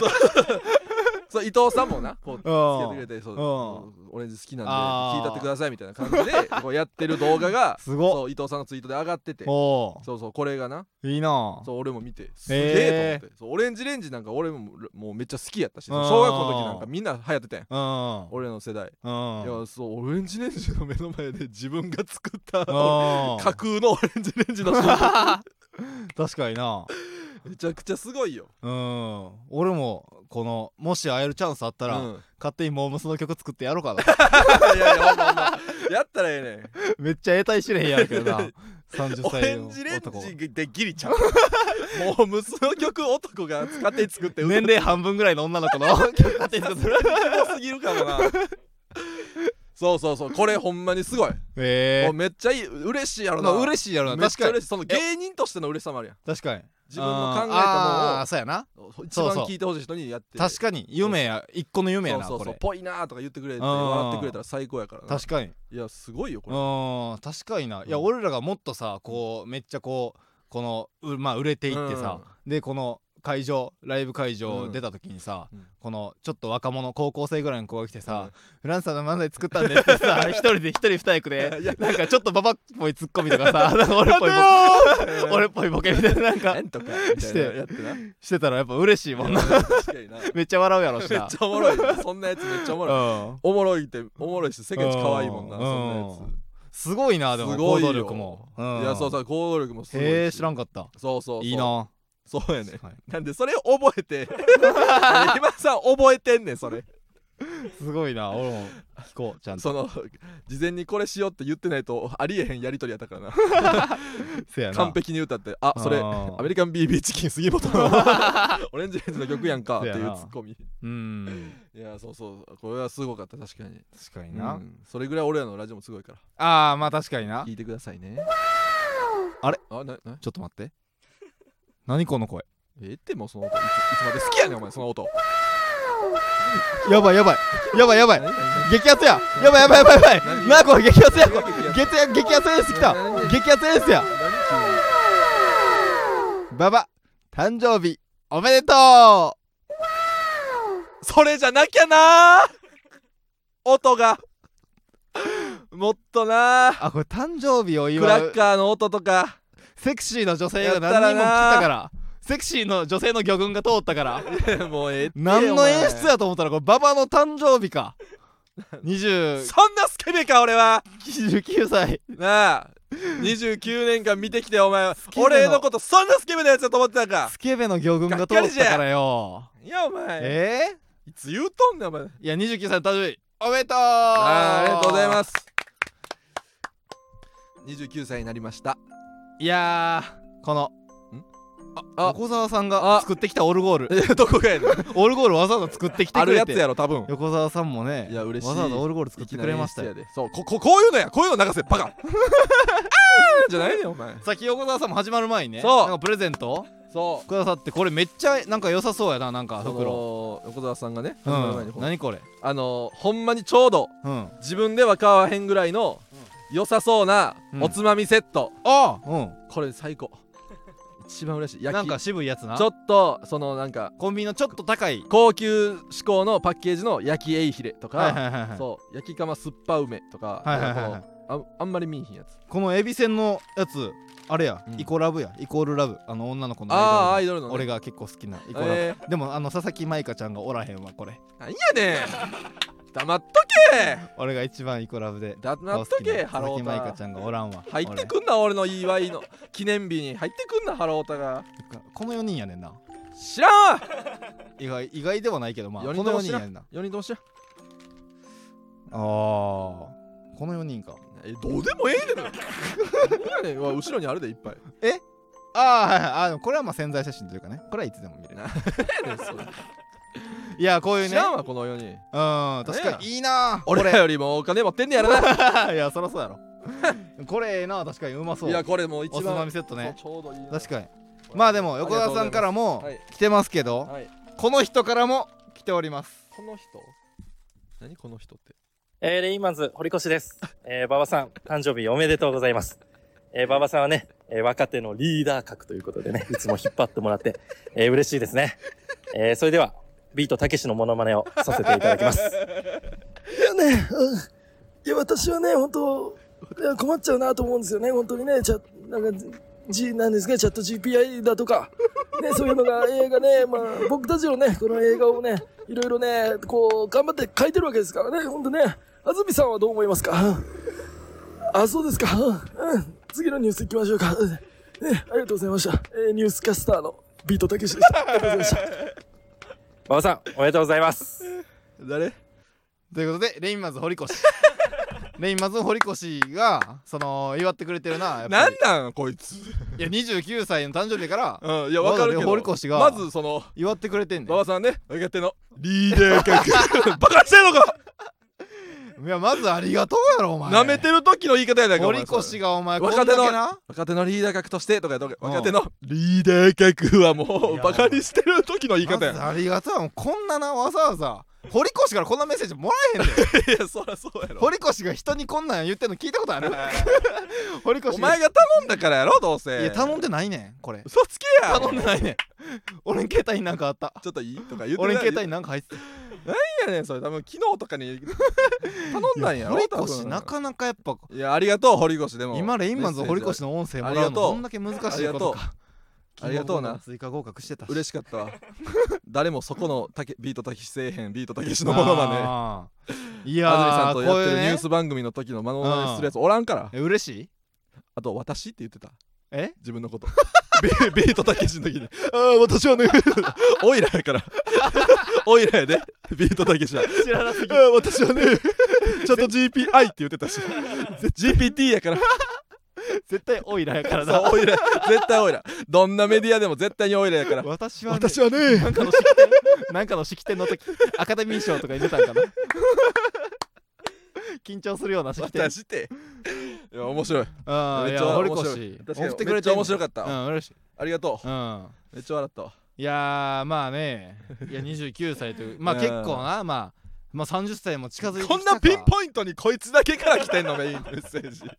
そう伊藤さんもなこうつけてくれてそううんオレンジ好きなんであー聴いたってくださいみたいな感じでこうやってる動画がすごっそう伊藤さんのツイートで上がってておそうそうこれがなーいいなそう俺も見てすげえへーと思って、そうオレンジレンジなんか俺ももうめっちゃ好きやったうしん小学校の時なんかみんな流行ってたやんうんうん俺の世代、うんいやそうオレンジレンジの目の前で自分が作ったうん架空のオレンジレンジのめ 確かになちゃくちゃすごいよ、うん俺もこのもし会えるチャンスあったうら、ん、勝手にモームスの曲作ってやろうかな いやいやほんまほんまやったらええねんめっちゃ得体知れへんやるけどな30オレ歳ンのジレン男ジでギリちゃうもう無数の曲男が勝手に 作って年齢半分ぐらいの女の子の 曲勝手に作る多すぎるか もなそうそうそうこれほんまにすごい、えもうめっちゃいい嬉しいやろなー、嬉しいやろなめっ確ちかゃに嬉しいその芸人としての嬉しさもあるやん確かに自分の考えあーたそうやなものを一そう番そう聞いてほしい人にやって確かに夢や一個の夢やなそうそうそうこぽいなーとか言ってくれてうん笑ってくれたら最高やかられな確かにいやすごいよこうんれ確かにないやうん俺らがもっとさこうめっちゃこうこのうまあ売れていってさ、でこの会場ライブ会う場ん出た時にさ、うんこのちょっと若者高校生ぐらいの子が来てさ、うんフランスさんの漫才作ったんですって さ一人で一人二役でなんかちょっとババっぽいツッコミとか さなんか俺っぽいボケ俺っぽいボケみたいななんかなんとかみたいなやってなしてたらやっぱ嬉しいもんな確かになめっめっちゃ笑うやろしちなゃおもろいなそんなやつめっちゃおもろいうんおもろいっておもろいし世間一可愛いもんなうそんなやつすごいなですも行ごいよ動力も、うんいやそうそう行動力もすごいしへえ知らんかったそうそうそういいなそうやねはいなんでそれを覚えて今さ覚えてんねんそれすごいな俺も聞こうちゃんとその事前にこれしようって言ってないとありえへんやりとりやったからなせやな完璧に歌ってあそれうんアメリカン BB チキン杉本 のオレンジレンジの曲やんかっていうそうツやなッコミうんいやそうそうこれはすごかった確かに確かにな、うんそれぐらい俺らのラジオもすごいからああまあ確かにな聞いてくださいねあれあななちょっと待って何この声ええってもうその音いついつまで好きやねんお前その音やばいやばいやばいやばい何激アツややばいやばいやばいやば何いなあこれ激アツやこ何がれ激激ア激アツです来た何激アツですや何ババ誕生日おめでとそれじゃなきゃなー音がもっとなうーあこれ誕生日をクラ祝ッうカーの音とかセクシーの女性がやったら何人も来たなからセクシーの女性の魚群が通ったからもうええって何おの前演出やと思ったらこれババの誕生日か20そんなスケベか俺は29歳 なあ29年間見てきてお前ケベな俺のことそんなスケベなやつだと思ってたんかスケベの魚群が通ったからよいやお前えー、いつ言うとんねんお前いや29歳の誕生日おめでとうあーありがとうございますす29歳になりました いやーこのんああ横澤さんが作ってきたオルゴールえどこがやねんオルゴールわざわざ作ってきて あくるれやつてやろ多分横澤さんもねいや嬉しいわざわざオルゴール作ってくれましたいきよなり演出やでそうこここういうのやこういうの流せバカあ ーじゃないねんお前さっき横澤さんも始まる前にねそうなんかプレゼントをそくださってこれめっちゃなんか良さそうやななんかう袋その横澤さんがねう始まる前にんこう何これあのほんまにちょうどうん自分では買わへんぐらいの良さそうなうんおつまみセット、あうんこれ最高一番嬉しい焼きなんか渋いやつなちょっとそのなんかコンビニのちょっと高い高級志向のパッケージの焼きエイヒレとか、はいはいはいはいそう焼き釜すっぱ梅とか、はいはいはいはいこのああんまり見えひんやつこのエビせんのやつあれや、うんイコラブやイコールラブあの女の子のああーアアイイドドルルの、のね、俺が結構好きなイコラブ、えでもあの佐々木舞香ちゃんがおらへんわこれ ー、なんやね黙っとけ俺が一番イコラブで黙っとけハローーマイカタちゃんがおらんわ入ってくんな俺の祝いの記念日に入ってくんなハロータが俺この4人やねんな知らんわ意外意外ではないけどまあこの四人と4も知人らやんねんなあ4人とも知らんあこの4人かえどうでもええねん何やねんうわ後ろにあるでいっぱいああはいはいあーでもこれはまあ潜在写真というかねこれはいつでも見れるな何やねんそれいやこういう知ねらんわこの4人うん確かにいいな俺らよりもお金持ってんねやろ ないやそらそうやろこれええな確かにうまそういやこれもう一おつま番みセットねちょうどいいな確かにまあでも横田さんからもありがとうござ来いてますけどはいこの人からも来ておりますこの人何この人ってえー、レイマンズ、堀越です。えー、馬場さん、誕生日おめでとうございます。えー、馬場さんはね、えー若手のリーダー格ということでね、いつも引っ張ってもらって、えー、嬉しいですね。えー、それでは、ビートたけしのモノマネをさせていただきます。いやね、うん、いや、私はね、本当いや困っちゃうなと思うんですよね、本当にね、チャなんか、G、なんですか、チャット GPI だとか、ね、そういうのが、映画ね、まあ、僕たちのね、この映画をね、いろいろね、こう、頑張って書いてるわけですからね、本当ね、安住さんはどう思いますかあ、そうですか、うん、うん次のニュース行きましょうか。うんね、ありがとうございました。えーニュースキャスターのビートたけしでした。ありがとうございました。馬場さん、おめでとうございます。誰ということでレインマンズ堀 越レインマンズ堀越がその祝ってくれてるなやっぱなりんなんこいついや29歳の誕生日からうんいやわかるけどまだね堀越がまずその祝ってくれてんね馬場さんね若手のリーダー 格バカしてんのかんいやまずありがとうやろお前なめてる時の言い方やないかお堀前越がお前こんだ若手けのな若手のリーダー格としてとかやとかうん若手のリーダー格はもいうやバカにしてる時の言いま方ずやいありがとうやもうこんななわざわざ堀越からこんなメッセージもらえへん でやそりゃそうやろ堀越が人にこんなん言ってんの聞いたことあ る堀越お前が頼んだからやろどうせいや頼んでないねんこれ嘘つけや頼んでないねん俺の携帯になんかあったちょっといいとか言って俺の携帯にになんか入ってたやねんそれ多分昨日とかに頼んだんや ろ堀多分越なかなかやっぱいやありがとう堀越でも今レインマンズ堀メッセージ越の音声もありらうがのとうどんだけ難しいことかありがとうなキングオブコントも追加合格してたし嬉しかったわ 誰もそこのたけビートたけしせえへんビートたけしのものまねあーいやー安住さんとやってこういうるねニュース番組の時のまのまねするやつおらんからえ嬉しいあと私って言ってたえ自分の ことビビートたけしの時に「ああ私はね おいらやから おいらやでビートたけしは知らなすぎああ私はねちょっと GPI って言ってたし GPT やから絶対オイラやからそうおいら絶対おいらどんなメディアでも絶対においらやから私はね私はねなんかの式典 なんかの式典の時アカデミー賞とかに出たん かな緊張するような式典私っていや面白いああいめっやちゃ堀面白い越確かに送ってくれてんねめっちゃ面白かったうん嬉しいありがとううんめっちゃ笑ったわいやーまあねいや29歳という まあうん結構なまあまあ30歳も近づいてきたこかんなピンポイントにこいつだけから来てんのメインメッセージどん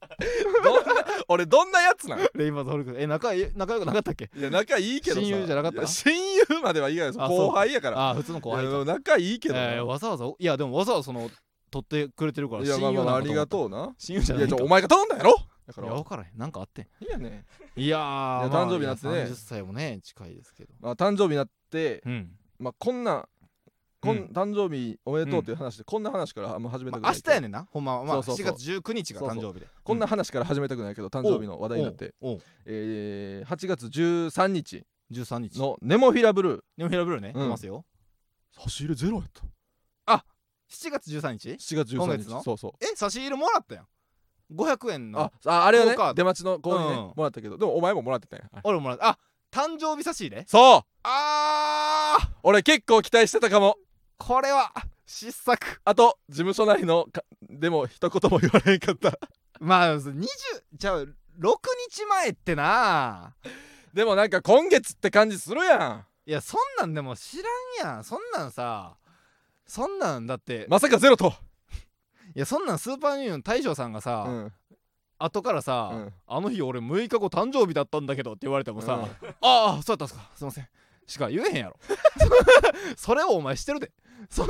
な俺どんなやつなんいレインマンズホルクえ仲い仲良くなかったっけや仲いいけどさ親友じゃなかったいや親友まではいいですあそう後輩やからああ普通の後輩いかや仲いいけどな、えーわざわざいやでもわざわざその取ってくれてるからいやまあ親友まあまあなあんかり思っがたとうない親友じゃやないちかょお前が頼んだやろだかいらや分からへんなんかあってんいいやね、いやーいやまあ誕生日になってねいや30歳もね近いですけどまあ、誕生日になって、うんまあ、こんなこん、うん誕生日おめでとうっていう話で、こんな話からあんま始めたくまなあい明日やねんなほんまはまあそう7そうそう月19日が誕生日でこんな話から始めたくないけど誕生日の話題になって、おうおうえー、8月13日13日のネモフィラブルーネモフィラブルーねうんいますよ差し入れゼロやった7月13日7月今13月日のそうそうえ差し入れもらったやん500円のあああれはそうねか出待ちの子にね、うんもらったけどでもお前ももらってたやん俺もらったあ誕生日差し入れそうあー俺結構期待してたかもこれは失策あと事務所内のかでも一言も言われへんかった まあ20じゃあ6日前ってなでもなんか今月って感じするやいやそんなんでも知らんやんそんなんさそんなんだって、んまさかゼロと、いやそんなんスーパーニューの大将さんがさ、うん後からさ、うんあの日俺6日後誕生日だったんだけど」って言われてもさ「うんああそうだったんすかすいません」しか言えへんやろ それをお前してるでそ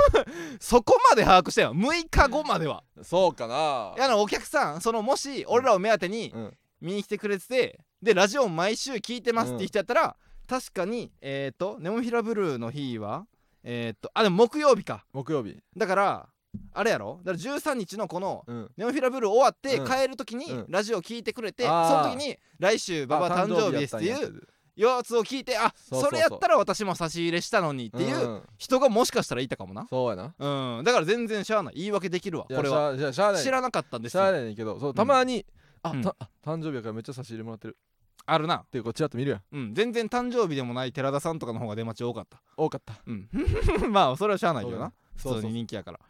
そこまで把握してよ6日後まではそうかないやあのお客さんそのもし俺らを目当てにうん見に来てくれててでラジオ毎週聞いてますっていう人やったら、確かにえっ、ー、とネモフィラブルーの日はえっ、ー、とあでも木曜日か木曜日だからあれやろだから13日のこのうんネオフィラブルー終わってうん帰る時にうんラジオ聞いてくれて、あーその時に来週ババあ誕生日ですってやいたんうややつを聞いてあそうそうそうそれやったら私も差し入れしたのにっていうん人がもしかしたらいたかもなそうやなうんだから全然しゃあない言い訳できるわいやこれはしゃあしゃあしゃあない知らなかったんですしゃあよないねんけどそうたまにあうんたあ誕生日やからめっちゃ差し入れもらってるっあるなていうこうちらっと見るやんうん全然誕生日でもない寺田さんとかの方が出待ち多かった多かったうん まあそれはしゃあないけどなそ普うそう通そうに人気やから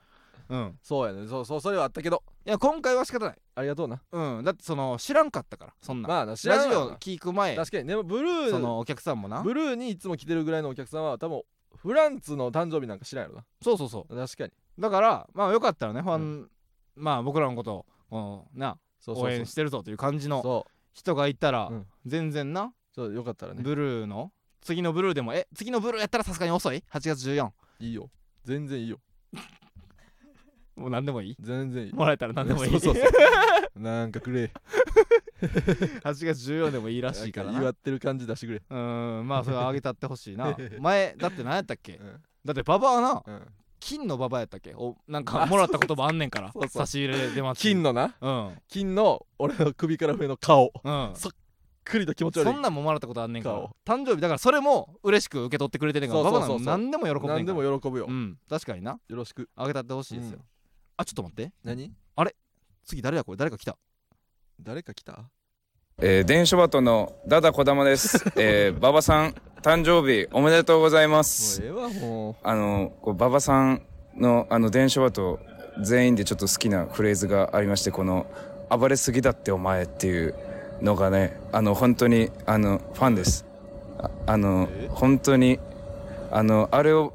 うんそうやねそうそうそれはあったけどいや今回は仕方ないありがとうなうんだってその知らんかったからそんなまあな知らラんジわなオ聞く前確かにでもブルそーのお客さんもなブルーにいつも来てるぐらいのお客さんは多分フランツの誕生日なんか知らんやろそうそうそな 確かにうだからまあよかったらねファンまあ僕らのことをこのなそうそう応そ援うしてるぞという感じのそう人がいたらうん全然なそうよかったらねブルーの次のブルーでもえ次のブルーやったらさすがに遅い8月14いいよ全然いいよもう何でも いい全然いいもらえたら何でもいい そうそう8そ なんかくれ月14でもいいらしいからな祝ってる感じ出してくれうーんまあそれはあげたってほしい な前だって何やったっけうんだってババはなうん金のババやったっけおなんかもらったこともあんねんからそうそう差し入れで出待ち金のなうんうん金の俺の首から上の顔そくりと気持ち悪いそんなんももらったことあんねんから顔誕生日だからそれも嬉しく受け取ってくれてんねんからそうバそバなんうそうかそう何でも喜ぶねんから何でも喜ぶよ、うよん確かになろしくあげたってほしいですよ、うんあちょっと待って何次誰やこれ誰か来た誰か来たえー、電書バトのダダこだまです。えー、馬場さん、誕生日おめでとうございまもすう。ええわもあの、こう馬場さんの、あの、電書バト全員でちょっと好きなフレーズがありまして、この、暴れすぎだってお前っていうのがね、あの、本当に、あの、ファンです。ああの、本当に、あの、あれを、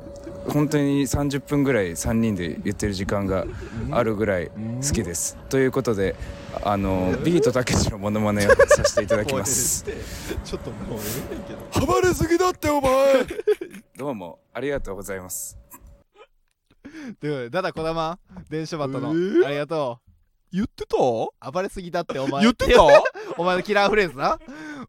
本当に30分ぐらい3人で言ってる時間があるぐらい好きです。ということで、あの、ビートたけしのモノマネをさせていただきます。うちょっともうええねんけど暴れすぎだってお前どうもありがとうございますということでダダこだま電車バットの、えーありがと言ってたう暴れすぎだってお前言ってた お前のキラーフレーズな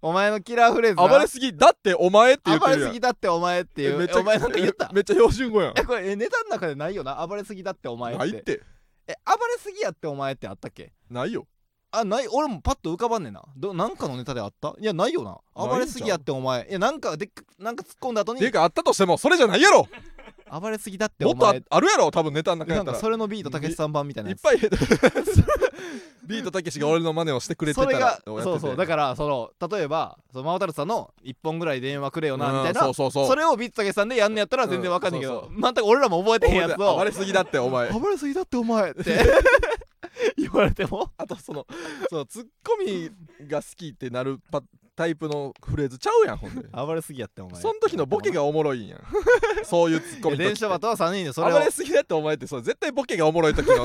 お前のキラーフレーズな暴れすぎだってお前って言って暴るれやすんぎだってお前っていうめっちゃえお前なんか言った めっちゃ標準語やんえこれえネタの中でないよな暴れすぎだってお前っなていってえ暴れすぎやってお前ってあったっけないよあない俺もパッと浮かばんねんなどなんかのネタであったいやないよなないんちゃう暴れすぎやってお前いやなんかでっかなんか突っ込んだ後ていにうかあったとしてもそれじゃないやろ暴れすぎだってもおっとあ前あるやろ多分ネタの中やなっんたからそれのビートたけしさん版みたいないっやつぱい ビートたけしが俺の真似をしてくれてそたれらがそうそうだかからその例えばそのマオタルさんの1本ぐらい電話くれよなみたいなそうそうそうそれをビートたけしさんでやんのやったら全然わかんないけうどん全く俺らも覚えてへんやつを暴れすぎだってお前暴れすぎだってお前って 言われてもあとそのそのツッコミが好きってなるパタイプのフレーズちゃうやんほんで暴れすぎやってお前その時のボケがおもろいんやん そういうツッコミと電車バトは3人でそれ暴をれすぎだってお前ってそう絶対ボケがおもろい時 の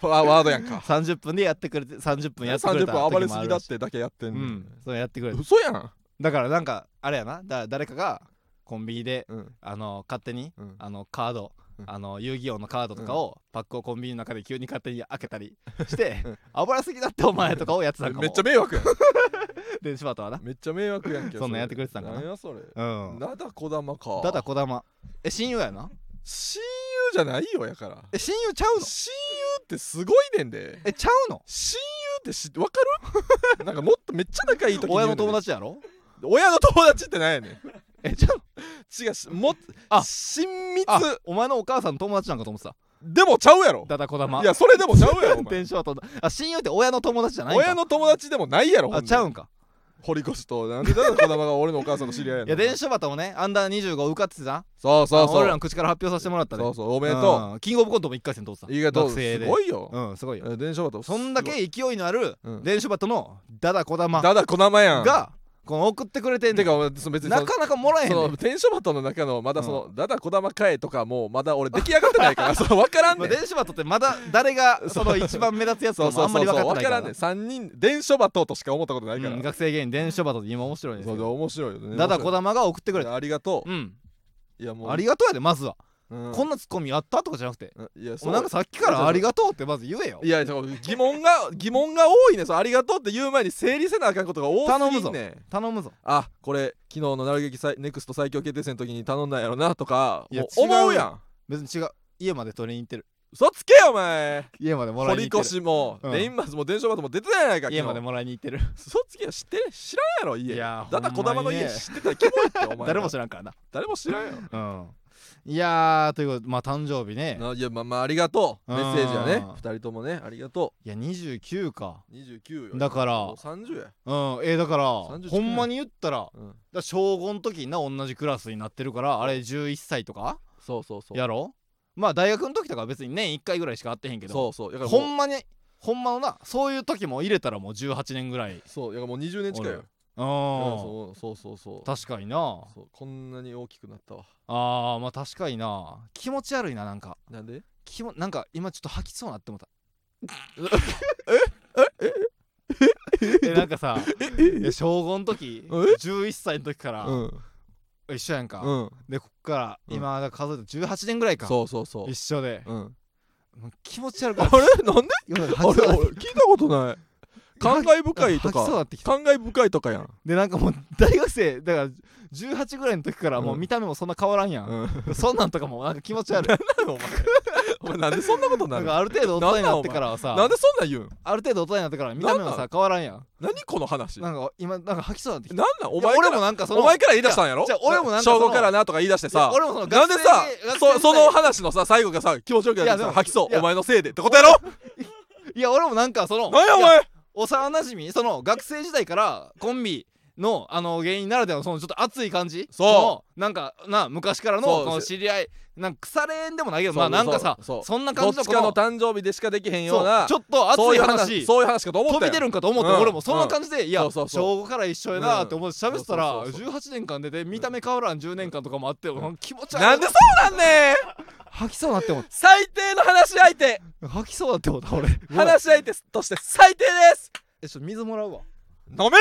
ワワードやんか30分でやってくれて30分やってくれ30た分暴れ時すもあぎるだらっしいてだけやってんうのんそれやってくれた嘘やんだからなんかあれやなだ誰かがコンビニでうんあの勝手にうんあのカードうんあの遊戯王のカードとかをパックをコンビニの中で急に勝手に開けたりして「暴れすぎだってお前」とかをやってたんかもめっちゃ迷惑 やんで柴田はなめっちゃ迷惑やんけそんなんやってくれてたんかな何やそれうんなだこだまかだだこだまえ親友やな親友じゃないよやからえ親友ちゃうの親友ってすごいねんでえちゃうの親友って知ってわか るなんかもっとめっちゃ仲いい時に言う親ねのんで友達やろ親の友達ってなん やねんえちゃうの違うしもっあ親密あお前のお母さんの友達なんかと思ってたでもちゃうやろだだこだまいやそれでもちゃうやろお 前 テンションはとんだあ親友って親の友達じゃないんか親の友達でもないやろほあんでちゃうんか堀越となんでだよ子供が俺のお母さんの知り合いやねんいや電車バトもねアンダー25受かっててなそうそうあのそう俺らの口から発表させてもらったねそうそうおめでとうんキングオブコントも1回戦通ってたう意外と学生すでごいようんすごいよ、え電車バトそんだけ勢いのあるうん電車バトのダダこだまだだこだまやんがこの送ってくれてんねてんかお前その別にそなのかなかもらえへんそねんの電書バトの中のまだその、だだこだまかえとかもうまだ俺出来上がってないからその分からんまねあ、ん電車バトってまだ誰がその一番目立つやつそかうもそあうんまそりう分そかうってな分いかかららんねん3人電書バトとしか思ったことないから、うん学生芸人電車バトって今面白いんですそうでよ面白いよねダダこだだまが送ってくれたありがとうんういやもうありがとうやでまずは、うんこんなツッコミあったとかじゃなくてうんいやそおうなんかさっきからありがとうってまず言えよいやそう疑問が疑問が多いねそうありがとうって言う前に整理せなあかんことが多すぎんねん頼むぞあこれ昨日のなる劇最ネクスト最強決定戦の時に頼んだんやろなとかいやもう思う違うやん別に違う家まで取りに行ってる嘘つけよお前家までもらい堀に行って越もうんレインマスも電車バトも出てないやないかる家ま昨で日もらいに行ってる嘘つけよ知ってる知らんやろ家いやだったらほ児んま玉にのね家知ってたらキモいってお前誰も知らんからな誰も知らんようんいやーということでまあ誕生日ねないやまあまあありがとううんメッセージはね二人ともねありがといや29かう29よだからもう30やうんえーだから30近いほんまに言ったらだかうんら小5の時にな同じクラスになってるからあれ11歳とかそうそうそうやろまあ大学の時とかは別に年1回ぐらいしか会ってへんけそどうそうだからほもうんまにほんまのなそういう時も入れたらもう18年ぐらいそうだからもう20年近いよ俺だかうらんそうそうそうそう確かになそうこんなに大きくなったわあーまあ確かにな気持ち悪いななんかなんで気もなんか今ちょっと吐きそうなって思ったえなんかさいや小5の時11歳の時からうん一緒やんか、うんでこっからうん今だから数えて18年ぐらいかそうそうそう一緒でうんもう気持ち悪くあなれってなんで今 あれ吐きそう俺聞いたことない感慨深いと吐きそうかなってきた感慨深いと かやんでなんかもう大学生だから18ぐらいの時からもう見た目もそんな変わらんやん、うんそんなんとかもなんか気持ち 悪いお前お前なんでそんなことななんるかある程度大人になってからはさなんでそんなん言うんある程度大人になってから見た目もなんなさ変わらんやん何この話ななんんか今なんか吐きそうになってきたなんお前いや俺かもらなんかそのお前から言い出したんやろじゃあ俺もなんかそ小五のからなとか言い出していやさ俺もそのなんで学さ生そ学生時代その話のさ最後がさ気持ちよいくなってやでさも吐きそういやお前のせいでってことやろいや俺もなんかそのなんやおい前幼なじみその学生時代からコンビのあの芸人ならではのそのちょっと熱い感じそうのなんかな昔からのそうその知り合いなんか腐れんでもないけどまあそうなんかさそうそんなど感っじのちこかの誕生日でしかできへんようなそうちょっとそう熱いいう話そういう話かと思った飛よび出るんかと思ってうん俺もそんな感じでいやそうそうそ小う5から一緒やなって思って喋ってたらうんそうそう18年間出て見た目変わらん10年間とかもあってもう気持ち悪いなんでそうなんねん吐きそうなって思っ最低の話し相手た吐きそうなって思った俺話し相手として最低ですえちょっと水もらうわ飲め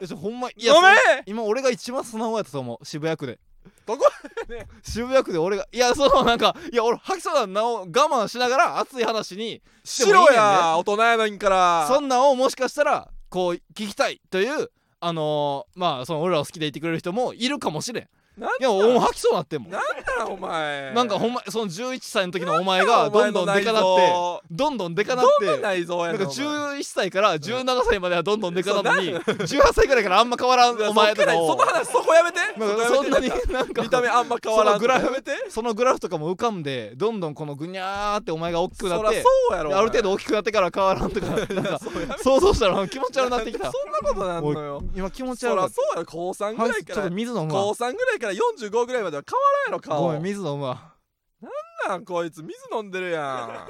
えちょほんまいや飲め今俺が一番素直やったと思う渋谷区でどこね渋谷区で俺がいやそのなんかいや俺吐きそうなんなを我慢しながら熱い話にしろや大人やないんからそんなんをもしかしたらこう聞きたいというあのー、まあその俺らを好きでいてくれる人もいるかもしれんなんいや俺も吐きそうなってんもんなんだお前なんかほんまその11歳の時のお前がどんどんでかなってどんどんでかなっどんなて内臓やなねんんかお前11歳から17歳まではどんどんでかなのにそう18歳ぐらいからあんま変わらんお前とかそをの話そこやめてなんかそ そこんやなめにてなんか見た目あんま変わらそんのグラフやめてそのグラフとかも浮かんでどんどんこのぐにゃーってお前が大きそくりゃなってそうやろお前ある程度大きくなってから変わらんとかなん か想像したら気持ち悪くなってきたそんなことなんのよ今気持ち悪そりかゃっそうやろ高3たはいぐらいちょかっらと水飲む高わ3ぐらいから45ぐらいまでは変わらんやろ顔ごめん水飲むわなんなんこいつ水飲んでるや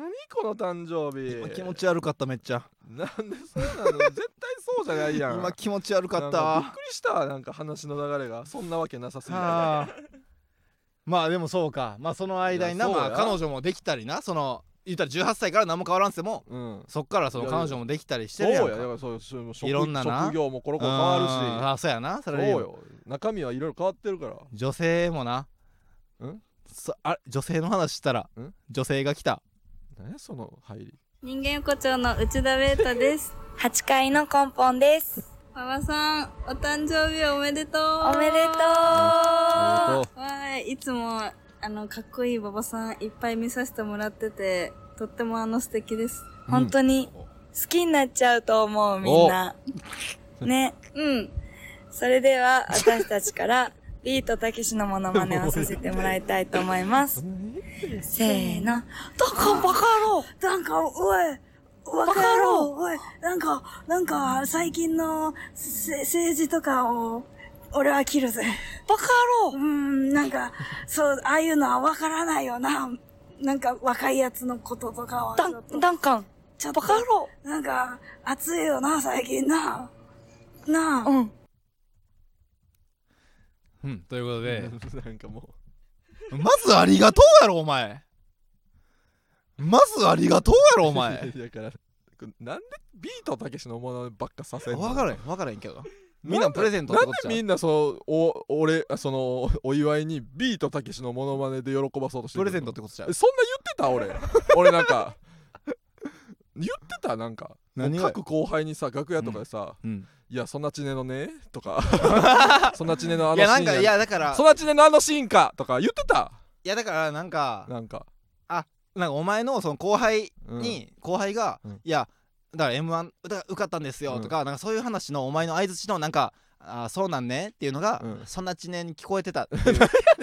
何この誕生今日気持ち悪かっためっちゃなんでそうなの絶対そうじゃないやん 今気持ち悪かっなんびったくりしたなんか話の流れがそんなわけなさすぎたはあまあでもそうかまあその間にないやそうまやあ彼女もできたりなその言ったら18歳から何も変わらんせもうんそっからその彼女もできたりしてそうるややんだかからそうそう職いろんなな職業もコロコうロん変わるしあそうやなそそうれでよ中身はいろいろ変わってるから女性もなんそあ女性の話したらん女性が来た何やその入り人間横丁の内田ベータ です。8階のコンポンです。ママさん、お誕生日おめでとう。おめでとう。あわーい、いつも、あの、かっこいい馬場さんいっぱい見させてもらってて、とってもあの素敵です。本当に、好きになっちゃうと思う、みんな。ね、うん。それでは、私たりから、 ビートたけしのモノマネをさせてもらいたいと思い ます。せーの。どこバカ野郎なんか、おい、バカ野郎おい、なんか、なんか、最近のせ政治とかを、俺は切るぜ。バカ野郎うーん、なんか、そう、ああいうのはわからないよな。なんか、若いやつのこととかは。ダン、ダンカン。ちょっと、バカ野郎なんか、熱いよな、最近な。なあ。うん。うんということで なんかも まずありがとうやろお前まずありがとうやろお う 前だからなんでビートたけしのものばっかさせんの分からへん分からへんけどみんなプレゼントっなてんこでとちゃうみんなそうお俺あその お祝いにビートたけしのモノマネで喜ばそうとしてプくレるゼントってことちゃうえそんな言ってた 俺俺なんか言ってたなんか何が各後輩にさ楽屋とかでさ「うんいやそんなちねのね」 とか「そんなちねのあいのやシなんーンかいやだからそんなちねのあのシーンか」とか言ってたいやだからなんかなんかなんかお前のその後輩に、後輩が、うんいやだから m 1だから受かったんですよとか,、なんかそういう話のお前の相づちのなんかあーそうなんねっていうのが、うんそんな知念に聞こえてた って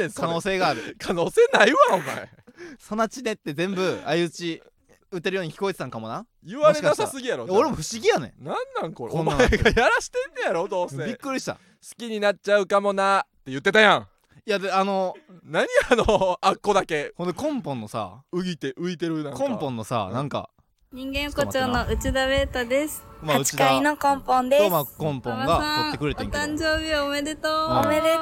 いう可能性がある可能性ないわお前そんな知念って全部相打ち打てるように聞こえてたんかもな言われなさすぎやろ俺も不思議やねなんなんこれこおんな前がやらしてんねやろどうせんびっ好くりしたきになっちゃうかもなって言ってたやんいやであの何あの あっこだけほんで根本のさうぎて浮いてるなんか根本のさうんなんか人間横丁の内田ベータです。まあ内田8階のコンポンです。とまあ根本馬場がさ取ってくれてんけどおい誕生日おめでとう。んおめでとう。いや、や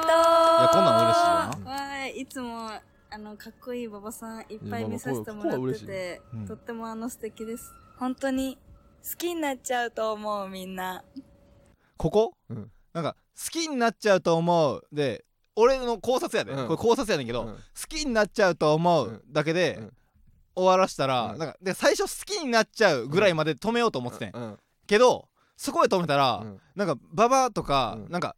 こんなん嬉しいよなわーい、いつも、あの、かっこいい馬場さんいっぱい見させていやまあこもこはらっ嬉てしいて、うんとってもあの素敵です。本当に、好きになっちゃうと思う、みんな。ここ、うんなんか好きになっちゃうと思うで俺の考察やで、うんこれ考察やねんけど、うん好きになっちゃうと思ううんだけで、うん終わらしたら、うんなんかで最初好きになっちゃうぐらいまで止めようと思っててん、うんけどそこで止めたら、うんなんかババアとか、うんなんか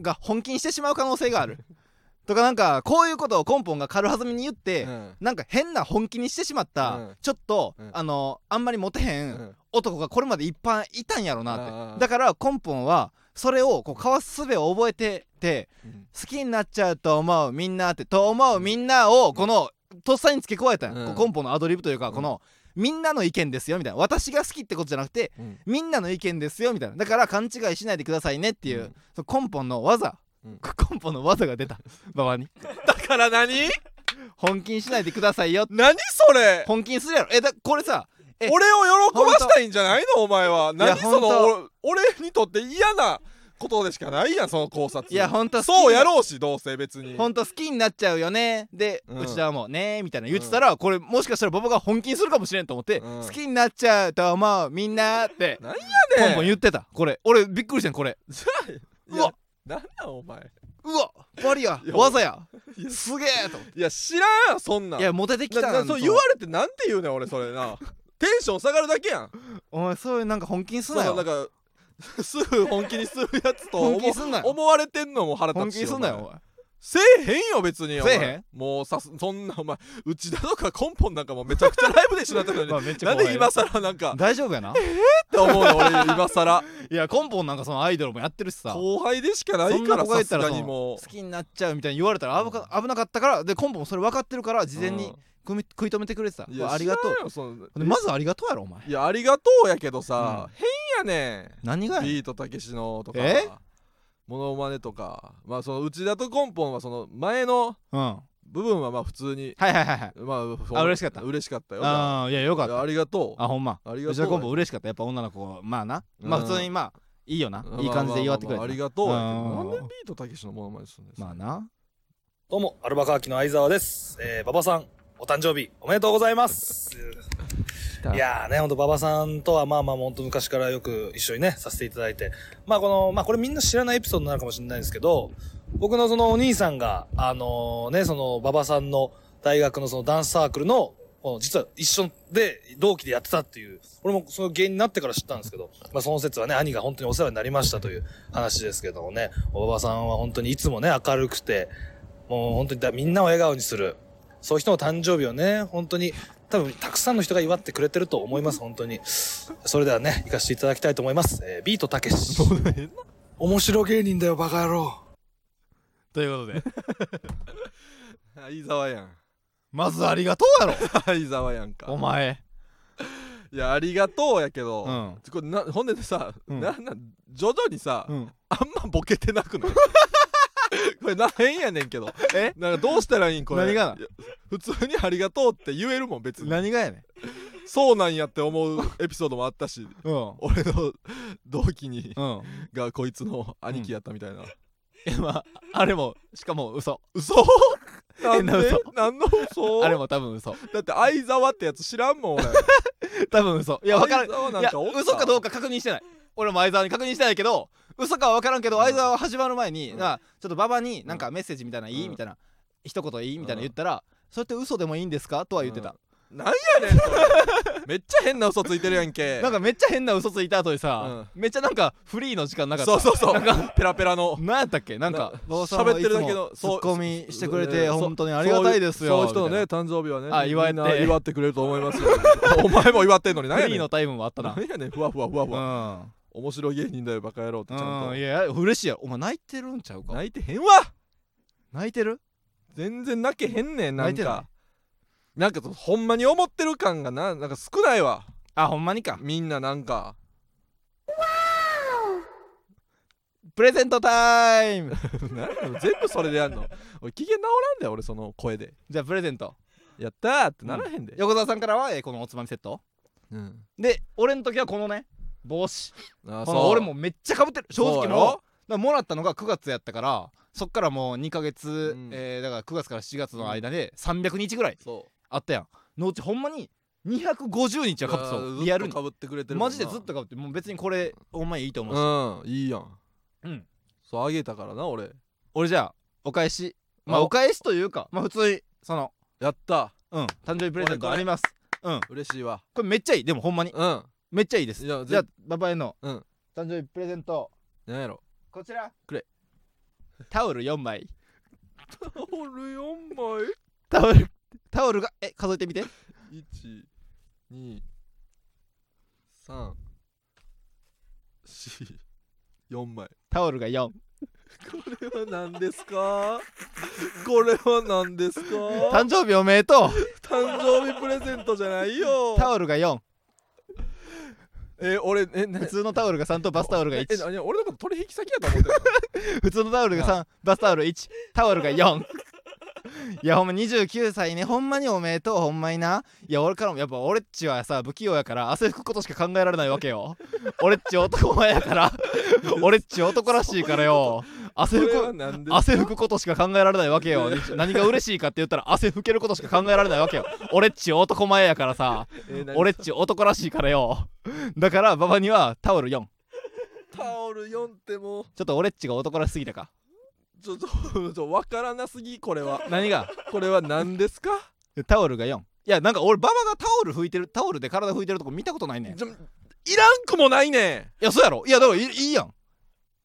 が本気にしてしまう可能性がある とかなんかこういうことを根本が軽はずみに言って、うんなんか変な本気にしてしまった、うんちょっと、うんあのあんまりモテへん、うん男がこれまで一般いたんやろなっあーてだから根本はそれをこうかわすべを覚えててうん好きになっちゃうと思うみんなってと思うみんなをこのとっさに付け加えたんや、うこんう根本のアドリブというかんこの、みんなの意見ですよみたいな私が好きってことじゃなくてうんみんなの意見ですよみたいなだから勘違いしないでくださいねっていう、うんその根本の技、うん根本の技が出た馬場にだから何本気にしないでくださいよって何それ本気にするやろえだこれさえ俺を喜ばしたいんじゃないのお前は何そのほお俺にとって嫌なことでしかないやんその考察いやほんとそうやろうしどうせ別にほんと好きになっちゃうよねで、ううんちはもうねみたいな言ってたら、これもしかしたらババが本気にするかもしれんと思って、うん好きになっちゃうと思うみんなってなんやポンねポンん言ってたこれ俺びっくりしてんこれじゃあういやわなんなんお前うわバリアいや技やいやすげえと思っいや知らんやんそんなてんいやモテてきたなななんそうと言われてなんて言うねん俺そ れなテンション下がるだけやんお前そういうなんか本気にすそんなようなんか すぐ本気にするやつと思本気にすんなよ思われてんのも腹立つ本気にすんなお前よせえへんよ別にせえへんお前もうさすそんなお前内田とか根本なんかもうめちゃくちゃライブで一緒 になったのお前、まあ、にめっちゃなん怖いで今更なんか大丈夫やなって思うの俺今更いや根本 なんかそのアイドルもやってるしさ後輩でしかないそんかなら子がさいすたらがそにのも好きになっちゃうみたいに言われたら危か危なかったからで根本もそれ分かってるから事前に組み食い止めてくれてたういやわありがとう知らんよそのでまずありがとうやろお前いやありがとうやけどさ、変やね何がやんビートたけしのとかえモノマネとかまあその内田と根本はその前のうんは部分はまあ普通にいはいはいはいまあそうあ嬉しかった嬉しかったよああいやよかっいやたありがとうあほんまありがとう吉田コンボ嬉しかったやっぱ女の子まあなうんまあ普通にまあいいよないい感じで祝ってくれまあまあまああたりがとうやけどうなんんでビートたけしのモノマネするんですかまあなどうも、アルバカーキの相沢です。えー、馬場さん、お誕生日、おめでとうございます。いやーね、ほんと馬場さんとは、まあまあ、ほんと昔からよく一緒にね、させていただいて、まあこの、まあこれみんな知らないエピソードになるかもしれないんですけど、僕のそのお兄さんが、あのーね、その馬場さんの大学のそのダンスサークルの、この実は一緒で、同期でやってたっていう、俺もその芸人になってから知ったんですけど、まあその説はね、兄が本当にお世話になりましたという話ですけどもね、馬場さんは本当にいつもね、明るくて、もう本当にだみんなを笑顔にする。そういう人の誕生日をね、本当に、多分たくさんの人が祝ってくれてると思います、本当に。それではね、行かせていただきたいと思います。えービートたけし。面白芸人だよ、バカ野郎。ということで あ相沢やん まずありがとうやろ相沢やん かお前いやありがとうやけど、うんこれなほんでさ、うんなんなん徐々にさ、うんあんまボケてな くないこれな変やねんけどえなんかどうしたらいいんこれ何がないや普通に「ありがとう」って言えるもん別に何がやねんそうなんやって思うエピソードもあったしうん俺の同期にうんがこいつの兄貴やったみたいな、いやまああれもしかも嘘 嘘変ななんで嘘なんの嘘あれも多分嘘だって相沢ってやつ知らんもん俺多分嘘いや分からん相沢なんいやかおった嘘かどうか確認してない俺も相沢に確認してないけど嘘かは分からんけど相沢は始まる前に、うんなちょっと馬場になんかメッセージみたいなのいい、うんみたいな一言いいみたいなの言ったら、それって嘘でもいいんですかとは言ってた、なんやねんそれめっちゃ変な嘘ついてるやんけなんかめっちゃ変な嘘ついた後でさ、めっちゃなんかフリーの時間なかったそうそうそなうんかペラペラのなんやったっけなんか馬場さんはい喋ってるだけのつもツッコミしてくれてそう本当にありがたいですよそうそういう人のね誕生日はねあ祝えてみんな祝ってくれると思いますよ お前も祝ってんのに何やねんフリーのタイムもあったな何やねんふわふわふわふわ面白い芸人だよバカ野郎ってちゃんうとんいや嬉しいやお前泣いてるんちゃうか泣いてへんわ泣いてる全然泣けへんねんなん泣いてないかなんかほんまに思ってる感がななんか少ないわあほんまにかみんななんかプレゼントタイム なんやろ全部それでやん の俺機嫌直らんだよ俺その声でじゃあプレゼントやったーってならへんで、横澤さんからは、えーこのおつまみセットうんで俺の時はこのね帽子あこの俺もめっちゃかぶってる正そ直うやもうだかろらもらったのが9月やったからそっからもう2ヶ月、うんえーだから9月から7月の間で300日ぐらいそうあったやんのうちほんまに250日はかぶってそうリアルにかぶってくれてるマもんなジでずっとかぶってもう別にこれお前いいと思うし、うんいいやんうんそうあげたからな俺俺じゃあお返しまあおお返しというかまあ普通にそのやったうん誕生日プレゼントありますうん嬉しいわこれめっちゃいいでもほんまにうんめっちゃいいですいやじゃあぜババへのうん誕生日プレゼントなんやろこちらくれタオル4枚タオル4枚タオルタオルがえ数えてみて一、二、三、四、四枚。タオルが4これは 何ですか？これは何ですか？ 誕生日おめでとう誕生日プレゼントじゃないよ。タオルが4え、俺え、な普通のタオルが3とバスタオルが え、え1なに俺のこと取引先やと思ってる。普通のタオルが3バスタオル1タオルが4 いやほんま29歳ねほんまにおめでとうほんまにないや俺からもやっぱ俺っちはさ不器用やから汗拭くことしか考えられないわけよ俺っち男前やから 俺っち男らしいからよ汗こ拭れくは何ですか？汗拭くことしか考えられないわけよ 何が嬉しいかって言ったら汗拭けることしか考えられないわけよ俺っち男前やからさえ何俺っち男らしいからよだから馬場にはタオル4ちょタオル四ってもうっと俺っちが男らしすぎたかちょっとちょっ とわからなすぎこれは。何 がこれは何ですか？タオルが4いやなんか俺馬場がタオル拭いてるタオルで体拭いてるとこ見たことないねんいじゃいらんくもないねやそうやろいやだからいいいやんい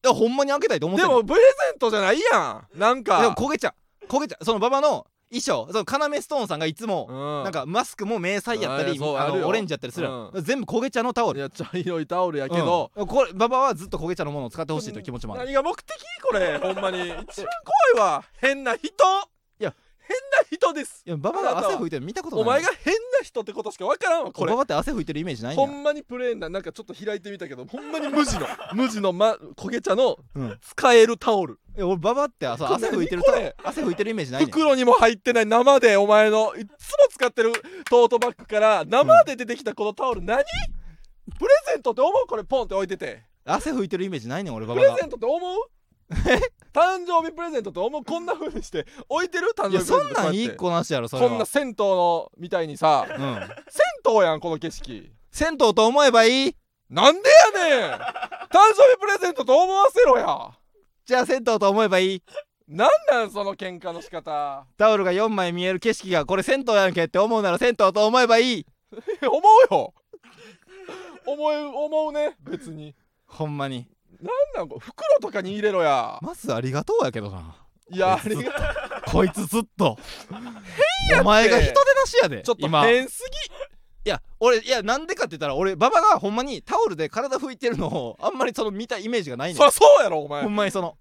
やほんまに開けたいと思ん。ってでんもプレゼントじゃないやん。なんでもか。焦げちゃう焦げちゃうその馬場の衣装その要ストーンさんがいつも、ななんかマスクも迷彩やったあいりやそうああるのよオレンジやったりするやん、う全部焦げ茶のタオルいや茶色いタオルやけど、うんこれ馬場はずっと焦げ茶のものを使ってほしいという気持ちもある何が目的こ れほんまに一番怖いわ変な人いや変な人ですいや馬場が汗拭いてるの見たことないお前が変な人ってことしか分からんわこ馬れ場って汗拭いてるイメージないんほやんまにプレーンななんかちょっと開いてみたけどほんまに無地 の無地の、ま、焦げ茶のうん使えるタオル、いや俺馬場って朝これ汗拭いてる何これと汗拭いてるイメージないねん袋にも入ってない生でお前のいっつも使ってるトートバッグから生で出てきたこのタオル何、プレゼントって思うこれポンって置いてて汗拭いてるイメージないねん俺馬プ場レがゼントって思う誕生日プレゼントって思うこんな風にして置いてる誕いや生日プレそゼンんトこうなやっんていいこなしやろそれはこんな銭湯のみたいにさうん銭湯やんこの景色銭湯と思えばいい なんでやねん誕生日プレゼントと思わせろやじゃあ銭湯と思えばいいなんなんその喧嘩の仕方タオルが4枚見える景色がこれ銭湯やんけって思うなら銭湯と思えばいい 思うよ思う思うね別にほんまになんなんこれ袋とかに入れろやまずありがとうやけどないやありがとうこいつずっとお前が人手なしやでちょっと今変すいや俺いやなんでかって言ったら俺馬場がほんまにタオルで体拭いてるのを あんまりその見たイメージがないぎねんそりゃそうやろお前ほんまにその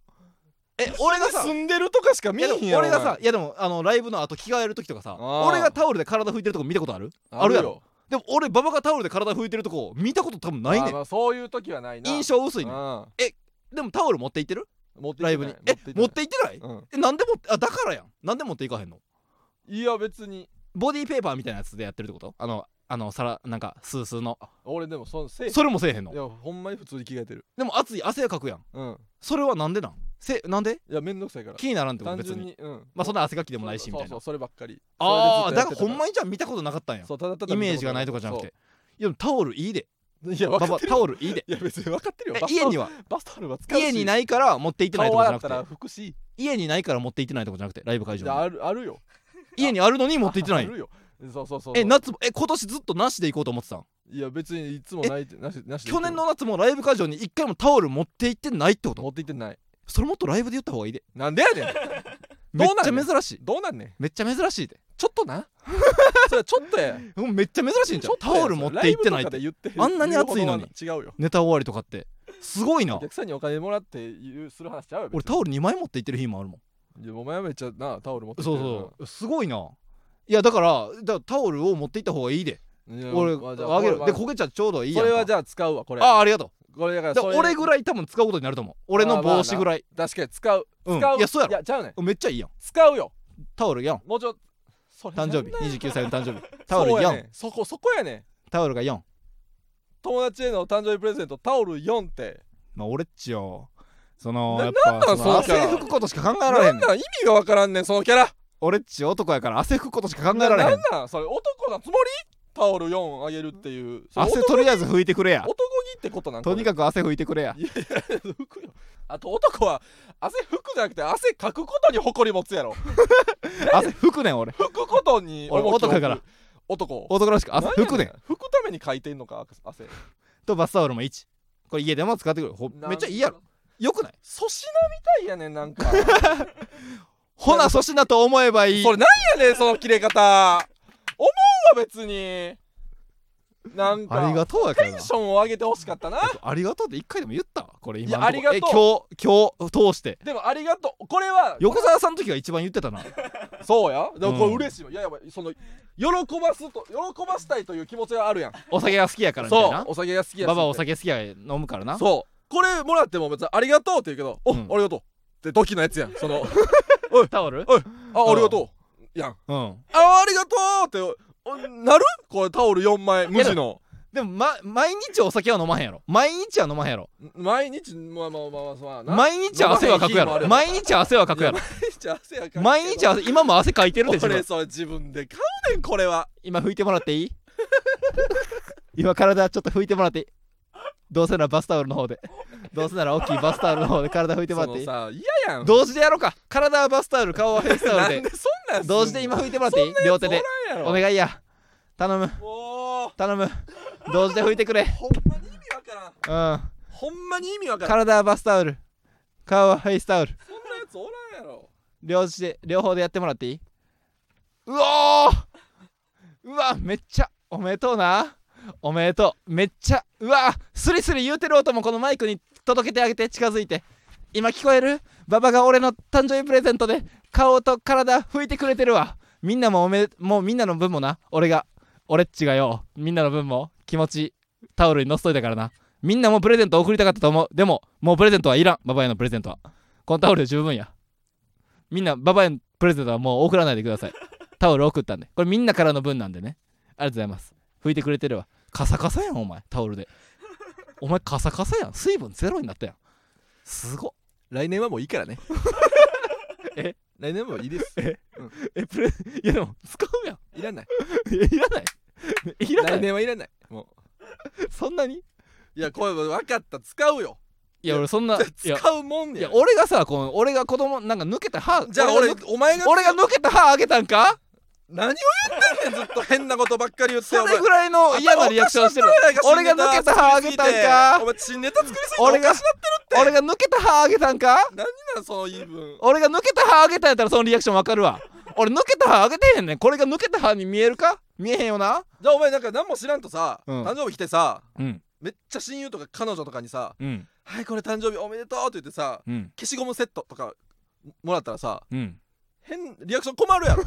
え俺がさ住んでるとかしかい見えやへんでやもろ俺がお前さいやでもあのライブの後着替える時とかさあー俺がタオルで体拭いてるとこ見たことあるあるやろでも俺馬場がタオルで体拭いてるとこ見たこと多分あなるいよねあんまあそういう時はないな印象薄いねん象でもタオル持って行ってる持っていけなラいイブにえ持って行ってないいうんえなんでもあだからやんなんで持って行かへんのいや別にボディーペーパーみたいなやつでやってるってことあのあの皿なんかスースーの俺でもそのせいいそれもせえへんのやほんまに普通に着替えてるでも熱い汗かくやんうんそれはなんでなんせなんでいやめんどくさいから気にならんってこと単別純ににうんまあそんな汗かきでもないしみたいそなうそうそればっかりああそれでずっだかとやってらたほんまにじゃあ見たことなかったんやそうただただイメージがないとかじゃなくていやでもタオルいいでそういやバ分かっバてるタオルいいでいや別に分かってるよえバスタ家オルにはバスタオルは使うし家にいないから持って行ってないとか顔じゃ洗なったくらて福祉家にないから持って行ってないとかじゃなくてライブ会じゃ場にああるあるよ家にあるのに持って行ってなあいるよそうそうそうえ夏もえ今年ずっとなしで行こうと思ってたんいや別にいつもないなしなしでいいけど去年の夏もライブ会場に一回もタオル持って行ってないってこと持って行ってないそれもっとライブで言った方がいいでなんでやねんめっどうちなんねゃん珍しいどうなんねんめっちゃ珍しいでちょっ となそれちょっとやもうめっちゃ珍しいんじゃんちょとタやオル持って行ってないっラてイブとかで言ってあんなに暑いのに言うほどは違うよネタ終わりとかってすごいなお客さんにお金もらって言うする話ちゃうよ俺タオル2枚持って行ってる日もあるもんいやお前はめっちゃなタオル持ってそうそうすごいないやだからだからタオルを持って行った方がいいでう俺あげるでこけちゃんちょうどいいやそんかれはじゃあ使うわこれああありがとこれだかうらだかそうらい俺うぐらい多分使うことになると思う俺の帽子ぐらい確かに使ううん使ういやそうやろいやちゃうねんめっちゃいいやん使うよタオルやんもうちょっとそれ誕生日29歳の誕生日タオルそうやね4んそこそこやねんタオルが4友達への誕生日プレゼントタオル4ってまあ俺っちよそのなやっぱなんなんそのそのキャラ汗拭くことしか考えられへなんんねんなん意味がわからんねんそのキャラ俺っち男やから汗拭くことしか考えられへなんなんそれ男なつもりタオル4あげるっていうそれ汗男とりあえず拭いてくれや男気ってことなんとにかく汗拭いてくれやく拭くよ あと男は汗拭くじゃなくて汗かくことに誇り持つやろ 汗拭くねん 俺拭くことに俺重きを置男くやから男を男らしく汗拭くねんなんやん拭くために書いてんのか汗とバスタオルも1これ家でも使ってくるほめっちゃいいやろよくない粗品みたいやねんなんか ほな粗品と思えばいいそれなんやねんその切れ方思うわ別になんかありがとうやけどテなンションを上げてほしかったなありがとうって一回でも言ったわこれ今のいやありがとうえ今日今日通してでもありがとうこれは横澤さんの時が一番言ってた なそうやでもこうれん嬉しいわ、いやいやその喜ばすと喜ばしたいという気持ちがあるやんお酒が好きやからみたいそうなお酒が好きやしババお酒好きやから飲むからなそうこれもらっても別にありがとうって言うけどお、うんありがとうってドキのやつやんそのタオルあありがとうやんうんあありがとうっておなるこれタオル4枚無地のでも、ま、毎日お酒は飲まへんやろ毎日は飲まへんやろ毎日まあまあまあまあまあな毎日汗はかくや飲まへん日もあるろよ毎日汗はかくやいろや毎日汗やかくけど毎日汗今も汗かいてるで自俺分それ自分で買うねんこれは今拭いてもらっていい 今体ちょっと拭いてもらっていいどうせならバスタオルの方でどうせなら大きいバスタオルの方で体拭いてそもらっていのいさ嫌やん同時でやろうか体はバスタオル顔はフェイスタオなルんででそんなんすんの同時で今拭いてもらっていい両手でそんなんやつおおらんやろ願いや頼むもう頼む同時で拭いてくれほんまに意味わからんうんほんまに意味わからん体はバスタオル顔はフェイスタオルそんなやつおらんやろ両手で両方でやってもらっていいうおーうわめっちゃおめでとうなおめでとうめっちゃうわスリスリ言うてる音もこのマイクに届けてあげて近づいて今聞こえるババが俺の誕生日プレゼントで顔と体拭いてくれてるわみんなもおめでもうみんなの分もな俺が俺っちがよみんなの分も気持ちタオルにのっといたからなみんなもプレゼント送りたかったと思うでももうプレゼントはいらんババへのプレゼントはこのタオルで十分やみんなババへのプレゼントはもう送らないでくださ いタオル送ったんでこれみんなからの分なんでねありがとうございます拭いてくれてるわカサカサやんお前タオルでお前カサカサやん水分ゼロになったやんすごっ来年はもういいからね え来年もいいですえプレいやでも使うやんいらないいやいらないいらな来い年はいらないもそんなにういやこれ分かった使うよいや俺そんないや使うもんいねや俺がさこの俺が子供なんか抜けた歯じゃあ俺が抜けお前が俺が抜けた歯あげたんか何を言ってんねんずっと変なことばっかり言ってそお前れぐらいの嫌なリアクションしてる俺が抜けた歯あげたんおか前新ネタ作りすぎて俺がおかしな俺が抜けた歯あげたんかなその言い分俺が抜けた歯あげたんやったらそのリアクションわかるわ俺抜けた歯あげてへんねんこれが抜けた歯に見えるか見えへんよなじゃあお前なんか何も知らんとさ、うん誕生日来てさうんめっちゃ親友とか彼女とかにさうん「はいこれ誕生日おめでとう」って言ってさうん消しゴムセットとかもらったらさうん変リアクション困るやろ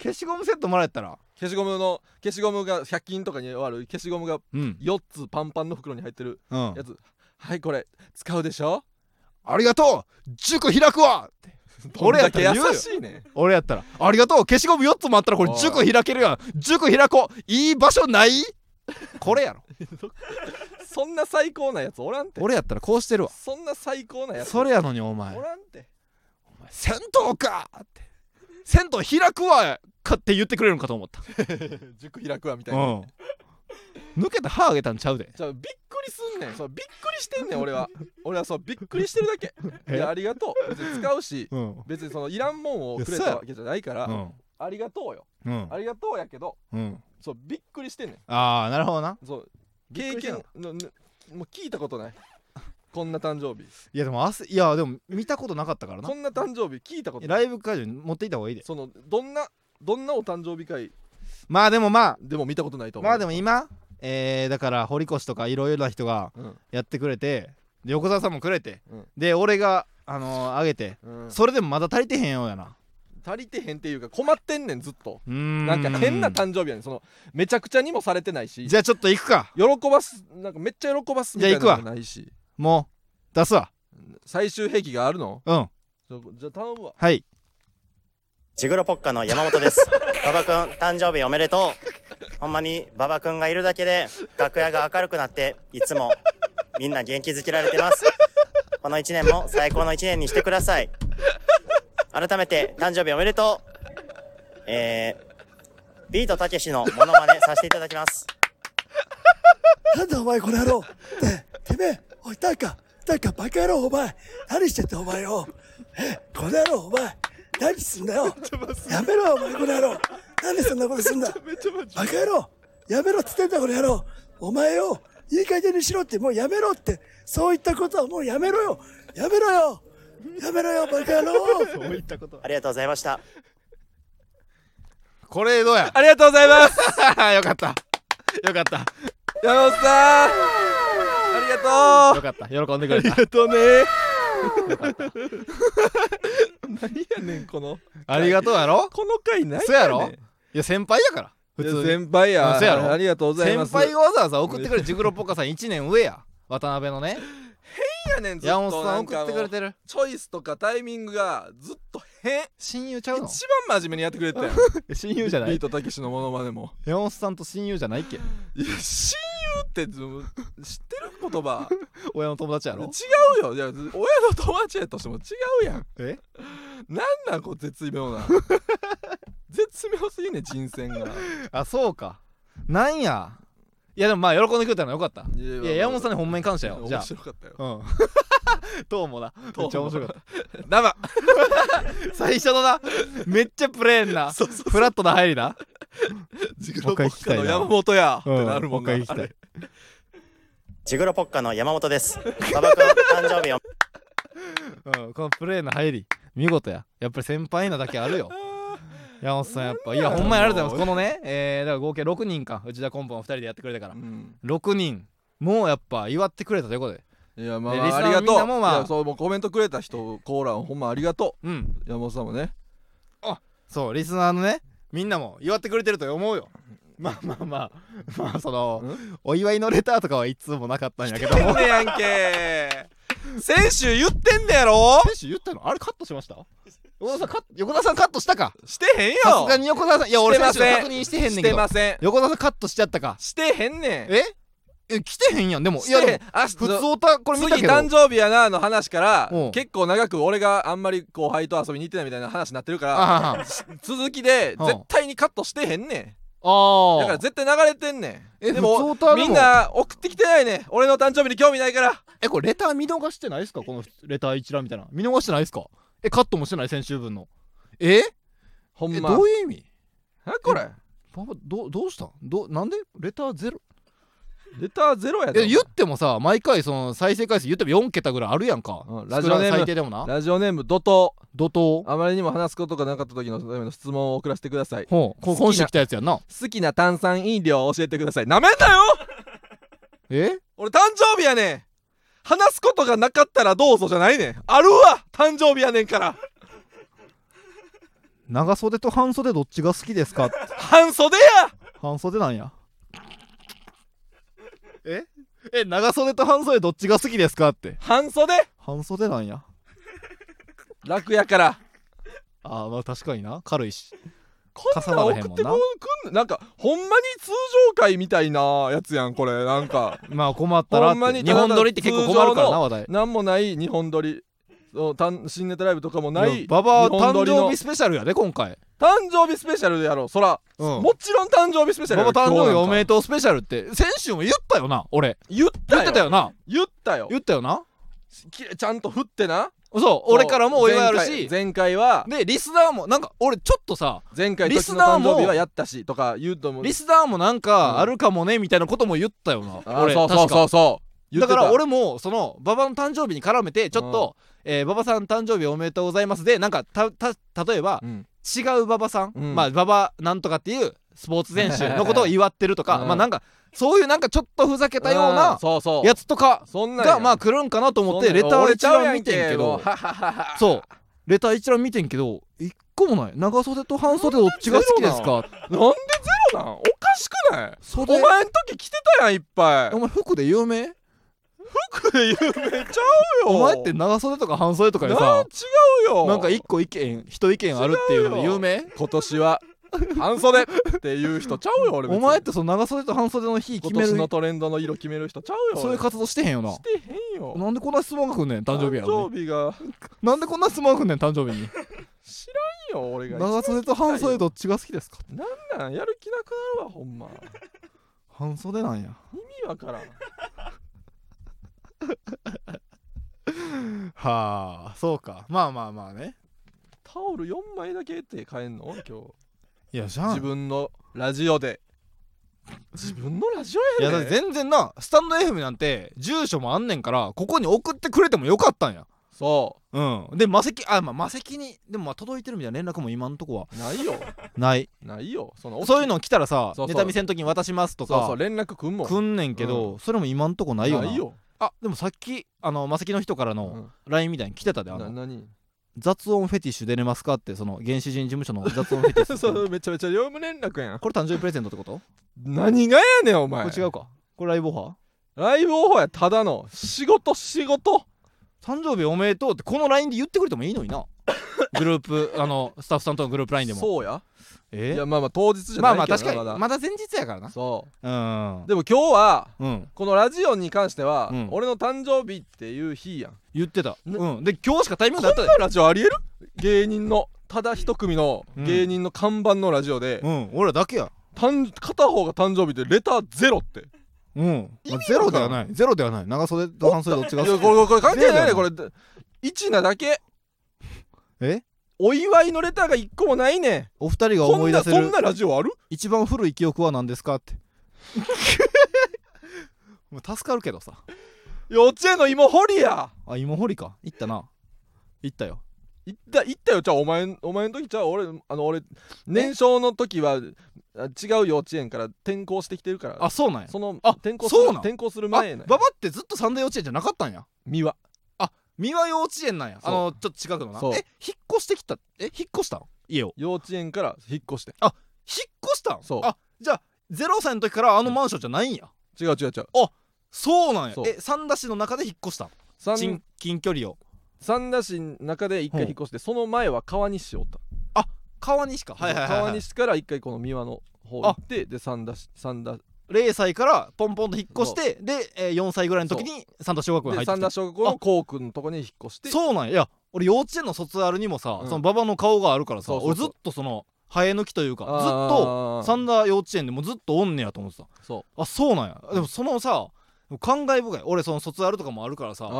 消しゴムセットもらえたら消しゴムの消しゴムが100均とかにある消しゴムがうん4つパンパンの袋に入ってるうんやつ「はいこれ使うでしょ?ありがとう塾開くわ」って 俺や」ったらだけ言うよ優しいね俺やったら「ありがとう消しゴム4つもあったらこれ塾開けるやん塾開こういい場所ない?」これやろそんな最高なやつおらんて俺やったらこうしてるわそんな最高なやつそれやのにお前おらんて お前銭湯かって銭湯開くわかって言ってくれるのかと思った塾開くわみたいなうん抜けた歯あげたんちゃうでじゃあびっくりすんねんそうびっくりしてんねん俺は 俺はそうびっくりしてるだけえいやありがとう別に使うしうん別にそのいらんもんをくれいやそうたやわけじゃないから、うんありがとうよ、うんありがとうやけどうんそうびっくりしてんねんああなるほどなそうびっ経くりしてん験のののもう聞いたこと ないこんな誕生日いやでも汗いやでも見たことなかったからなこんな誕生日聞いたことなラいイブ会場に持っていった方がいいでそのどんなどんなお誕生日会まあでもまあでも見たことないと思うまあでも今えーだから堀越とかいろいろな人がうんやってくれてで横澤さんもくれてうんで俺があのー上げてうんそれでもまだ足りてへんようやな足りてへんっていうか困ってんねんずっとうーんなんか変な誕生日やねんそのめちゃくちゃにもされてないしじゃあちょっと行くか喜ばすなんかめっちゃ喜ばすみじたゃあい行なくのわがないしもう出すわ最終兵器があるのうんちょじゃあ頼むわはいジグロポッカの山本です。馬場くん、誕生日おめでとう。ほんまに馬場くんがいるだけで楽屋が明るくなって、いつもみんな元気づけられてます。この一年も最高の一年にしてください。改めて誕生日おめでとう。えー、ビートたけしのモノマネさせていただきます。なんだお前この野郎て、てめえ、おい、なんか、なんかバカ野郎お前、何してんだお前よ。え、この野郎お前、何すんだよ。やめろお前この野郎。なんでそんなことすんだ。バカ野郎、やめろって言ってんだこの野郎。お前よ、いい加減にしろって、もうやめろって、そういったことはもうやめろよ。やめろよ。やめろよ、バカ野郎。そういったことありがとうございました。これどうや ありがとうございますよかったよかった山本さんありがと うよかった喜んでくれたありがとうねよかった何やねんこの ありがとうやろこの回ないそうやろいや先輩やから普通にいや先輩やうんそうやろありがとうございます先輩がわざわざ送ってくれるジグロポッカさん1年上や渡辺の ね変やねんずっと山本さんなんかもう送ってくれてるチョイスとかタイミングがずっと変親友ちゃうの一番真面目にやってくれてたよ 親友じゃないビートたけしのモノマネも山本さんと親友じゃないっ けいや親友ってず知ってる言葉親の友達やろ違うよいや親の友達やとしても違うやんえなんなんこう絶妙 な絶妙すぎんねん人選があそうかなんやいやでもまあ喜んでくれたのはよかったいややいや山本さんにほんまに感謝よじゃあ面白かったようん どうもなめっちゃ面白かった生最初のなめっちゃプレーン なフラットな入りなジグロポッカの山本やってなるもんなうもう一回行きジグロポッカの山本です。馬場くん、誕生日おたい、うん、このプレーンの入り見事ややっぱり先輩なだけあ るよ山本さんやっぱいやほんまにありがとうございますこのねえー、だから合計6人か内田コンポの2人でやってくれたから、6人もうやっぱ祝ってくれたということでいやまであリスナあーりがみんとなうもいまあやそうもうコメントくれた人コーラほんまありがとううん山本さんもねそうリスナーのねみんなも祝ってくれてると思うよ まあまあまあまあそのお祝いのレターとかはいつもなかったん やけどもねやんけ先週言ってんねやろ先週言ったのあれカットしました横田さんカット横田さんカットしたかしてへんよさすがに横田さんいや俺してま先せ週ん確認してへんねんけどしてません横田さんカットしちゃったかしてへんねんええ来てへんやんでもしいてへやんでもあ普通おたこれ見たけ次ど誕生日やなの話からうん結構長く俺があんまり後輩と遊びに行ってないみたいな話になってるかあらはし続きでうん絶対にカットしてへんねんああ だから絶対流れてんねんえ普通でも歌でもみんな送ってきてないねん俺の誕生日に興味ないからえこれレター見逃してないですかこのレター一覧みたいな見逃してないですかえカットもしてない先週分のえほんまえどういう意味なこれパパどうどうしたんどなんでレターゼロレターゼロやでえ言ってもさ毎回その再生回数言っても4桁ぐらいあるやんか、ラジ少なオネーくム最低でもなラジオネーム怒涛怒涛あまりにも話すことがなかった時のための質問を送らせてくださいほうこれ今週好来きなたやつやんな好きな炭酸飲料を教えてくださいなめんなよえ俺誕生日やねん話すことがなかったらどうぞじゃないねんあるわ誕生日やねんから長袖と半袖どっちが好きですかって半袖や半袖なんやええ長袖と半袖どっちが好きですかって半袖半袖なんや楽やからあーまあ確かにな軽いしこん重なな送らへんっもんてなもくんなんかほんまに通常回みたいなやつやんこれな んかまあ困ったらほっんまにて日本撮りって結構困るからな話題何もない日本撮りそうたん新ネタライブとかもないいやババア日本撮りの誕生日スペシャルやで今回誕生日スペシャルやろそら、もちろん誕生日スペシャルやバろバア誕生日今日なんおかめでとうスペシャルって先週も言ったよな俺言った言よってたよな言ったよ言ったよなきちゃんと振ってな、そう俺からもお祝いあるし前回前回はでリスナーもなんか俺ちょっとさ前回リリススナナーーもも誕生日はやったしとか言うと思うリスナーもなんかあるかもねみたいなことも言ったよなあ俺そうそうそうそう確かだか言ってらた俺もその馬場の誕生日に絡めてちょっと「えー馬場さん誕生日おめでとうございます」でなんかたた例えば違う馬場さんうんまあ馬場なんとかっていうスポーツ選手のことを祝ってるとかうんまあなんかそういうなんかちょっとふざけたようなうんそうそうやつとかそんなんやがまあ来るんかなと思ってそんなレター俺一ちゃう覧やん見けてんけもどうははははそうレター一覧見てんけど一個もない長袖と半袖どっちが好きですかなんでゼロなんおかしくないお前ん時着てたやんいっぱいお前服で有名服で有名ちゃうよお前って長袖とか半袖とかでなさ違うよなんか一個意見人意見あるっていうので有名今年は半袖っていう人ちゃうよ俺別おに前ってその長袖と半袖の日決今める年のトレンドの色決める人ちゃうよそういう活動してへんよなしてへんよなんでこんな質問が来んねん誕生日や誕のに生日がなんでこんな質問が来んねん誕生日に知らんよ俺が長袖と半袖どっちが好きですかなんなんやる気なくなるわほんま半袖なんや意味わからんはあそうかまあまあまあねタオル4枚だけって買えんの今日いやじ自分のラジオで自分のラジいオややだっねて全然なスタンド FM なんて住所もあんねんからここに送ってくれてもよかったんやそううんで魔石あまあ魔石にでもまあ届いてるみたいな連絡も今んとこはないよないないよそのそういうの来たらさそうそうネタ見せの時に渡しますとかそうそう連絡くんもんくんねんけど、それも今んとこないよなないよあでもさっきあのマセキの人からの LINE みたいに来てたであの 何雑音フェティッシュ出れますかってその原始人事務所の雑音フェティッシ ュそうめちゃめちゃ業務連絡やんこれ誕生日プレゼントってこと何がやねんお前これ違うかこれライブオファーライブオファーやただの仕事仕事誕生日おめでとうってこの LINE で言ってくれてもいいのにな グループあのスタッフさんとのグループ LINE でもそうやえいやまあまあ当日じゃまなあいけどまあ確かにだまだ前日やからなそううんでも今日はうんこのラジオに関しては、うん俺の誕生日っていう日やん言ってたうんで今日しかタイミングだったこんなラジオありえる芸人のただ一組の芸人の看板のラジオで、うん俺らだけや誕片方が誕生生日でレターゼロってうん、まあ、ゼロではないゼロではない長袖と半袖どっちがいやこれこれ関係ないねこれゼロで1なだけはないえお祝いのレターが1個もないねんお二人が思い出せるこんなそんなラジオある一番古い記憶は何ですかって もう助かるけどさ幼稚園の芋掘りやあ芋掘りか行ったな行ったよ行った行ったよじゃあお前お前の時じゃあ俺あの俺年少の時はあ違う幼稚園から転校してきてるからあそうなんやそのあ転校するそうなん転校する前ねあババってずっと三大幼稚園じゃなかったんや三輪あ三輪幼稚園なんやあそうのちょっと近くのなそうえ引っ越してきたえ引っ越したの家を幼稚園から引っ越してあ引っ越したんそうあじゃあ0歳の時からあのマンションじゃないんや、違う違う違うあそうなんやそうえ三田市の中で引っ越したん三近近距離を三田市の中で一回引っ越してその前は川西おった川西かはいはいはい、はい、川西から一回この三輪の方行ってで三田市三田0歳からポンポンと引っ越してで、えー、4歳ぐらいの時に三田小学校に入でってき三た田小学校の校区のとこに引っ越してそうなんやいや俺幼稚園の卒アルにもさ、うんその馬場の顔があるからさそうそうそう俺ずっとその生え抜きというかずっあーと三田幼稚園でもずっとおんねやと思ってたそあそうなんやでもそのさ感慨深い俺その卒アルとかもあるからさそー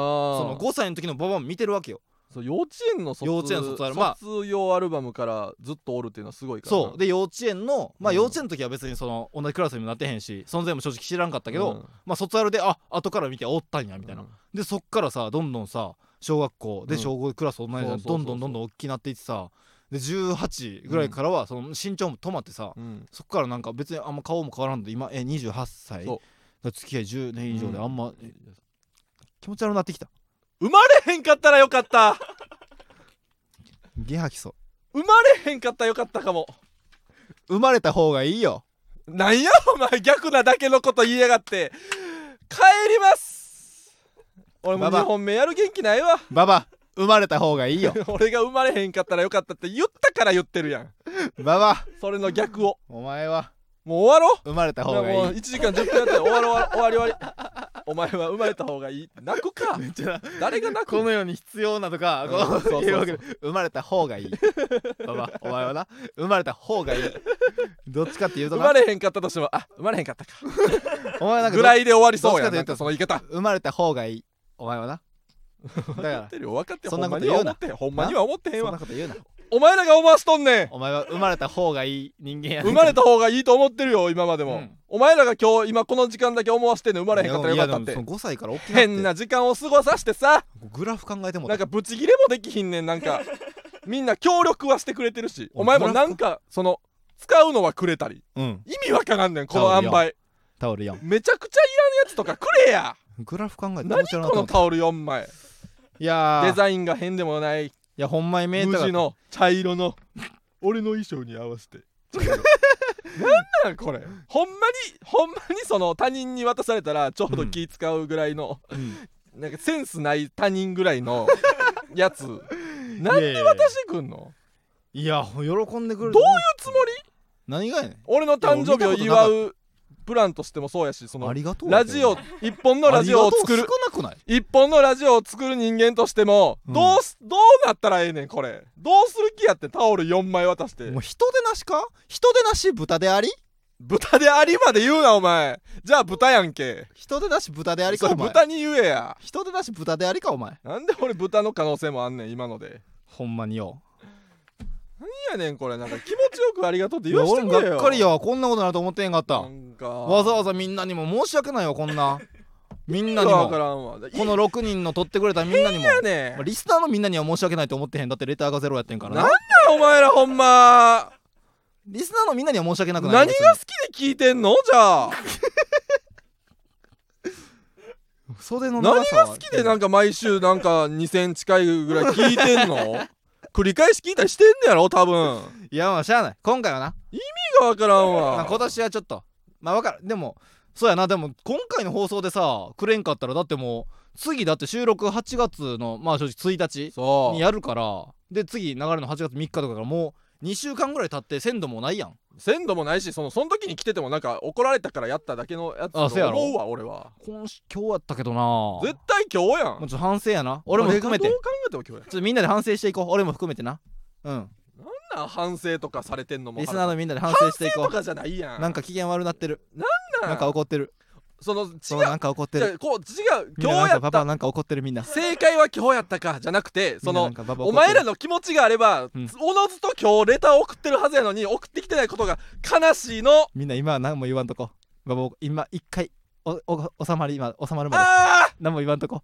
の5歳の時の馬場も見てるわけよそう幼稚園の卒幼稚園の卒アルまあ卒業アルバムからずっとおるっていうのはすごいからなそうで幼稚園のまあ幼稚園の時は別にその同じクラスにもなってへんし存在も正直知らんかったけど、うんまあ卒アルであ後から見ておったんやみたいな、でそっからさどんどんさ小学校でうん小5クラス同じなそうそうそうそうどんどんどんどん大きくなっていってさで18ぐらいからはその身長も止まってさ、うんそっからなんか別にあんま顔も変わらんで今え28歳だそから付き合い10年以上でうんあんま、え気持ち悪くなってきた生まれへんかったらよかったゲハきそう生まれへんかったらよかったかも生まれた方がいいよなんやお前逆なだけのこと言いやがって帰ります俺もバ日バ本目やる元気ないわ ババ生まれた方がいいよ俺が生まれへんかったらよかったって言ったから言ってるやんババそれの逆をお前はもう終わろ生まれた方がいいもう1時間10分やったら終わろう終わり終わりお前は生まれた方がいい泣くか誰が泣くこの世に必要なとか、うんこうそうそうそういうわけで生まれた方がいいババお前はな生まれた方がいいどっちかっていうと生なまれへんかったとしてもあ生まれへんかったかお前なんかどぐらいで終わりそうどっちかやというとなんかその言い方生まれた方がいいお前はなだから 分かってるよ分かってるそんなことほんまに言はう思なってへんほんまには思ってへんわなそんなこと言うなお前らが思わしとんねんお前は生まれた方がいい人間やね生んまれた方がいいと思ってるよ今までも、お前らが今日今この時間だけ思わせてんの生まれへんかったらよかったっいやでてもその5歳から大きなって変な時間を過ごさしてさグラフ考えてもなんかブチギレもできひんねんなん かみんな協力はしてくれてるしお前もなんかその使うのはくれたりうん意味わからんねんこの塩梅タオル4めちゃくちゃいらんやつとかくれやグラフ考えて何面白いなこと思のったタオル4枚いやデザインインが変でもないいやほんまに見えたか無った地の茶色の俺の衣装に合わ せてなんなんこれほんまにほんまにその他人に渡されたらちょうど気使うぐらいの、なんかセンスない他人ぐらいのやつなんで渡してくんのいや喜んでくれるどういうつもり何がやねん俺の誕生日を祝いや俺見たことなかうプランとしてもそうやしそのありがとうラジオ一本のラジオを作あるりがとう少なくない一本のラジオを作る人間としてもどうす、どうなったらええねんこれどうする気やってタオル4枚渡してもう人でなしか人でなし豚であり豚でありまで言うなお前じゃあ豚やんけ人でなし豚でありかそおう前豚に言えや人でなし豚でありかお前なんで俺豚の可能性もあんねん今のでほんまによ何やねんこれなんか気持ちよくありがとうってい言やわして俺もくれよがっかりやわこんなことなると思ってへんかったかわざわざみんなにも申し訳ないわこん なみんなに意味がわもからんわこの6人の取ってくれたみんなにも変やねんまあリスナーのみんなには申し訳ないと思ってへんだってレターがゼロやってんからなんだよお前らほんまリスナーのみんなには申し訳なく何ないが好きで聞いてんのじゃあ袖の何長さはが好きでなんか毎週なんか2000近いぐらい聞いて んの繰り返し聞いたりしてんのやろ多分いやまあしゃあない今回はな意味がわからんまあわ今年はちょっとまあわかるでもそうやなでも今回の放送でさくれんかったらだってもう次だって収録8月のまあ正直1日にやるからで次流れの8月3日とかからもう2週間ぐらい経って鮮度もないやん鮮度もないしそのその時に来ててもなんか怒られたからやっただけのやつあそうやだろと思うわ俺は今週今日やったけどな絶対今日やもうんちょっと反省やな俺も含めてどうち考えても今日ょやっとみんなで反省していこう俺も含めてなうんなんなん反省とかされてんのもリスナーのみんなで反省していこう反省とかじゃないやんなんか機嫌悪なってるなんなんなんか怒ってるそのそ違ううなんか怒ってるじゃあこう違うみん今な日なんかやったパパなんか怒ってるみんな正解は今日やったかじゃなくてそみのんななんかババ怒おってる前らの気持ちがあれば、おのずと今日レター送ってるはずやのに送ってきてないことが悲しいのみんな今は何も言わんとこ。バボ今一回おお収まり今収まるまで何も言わんとこ。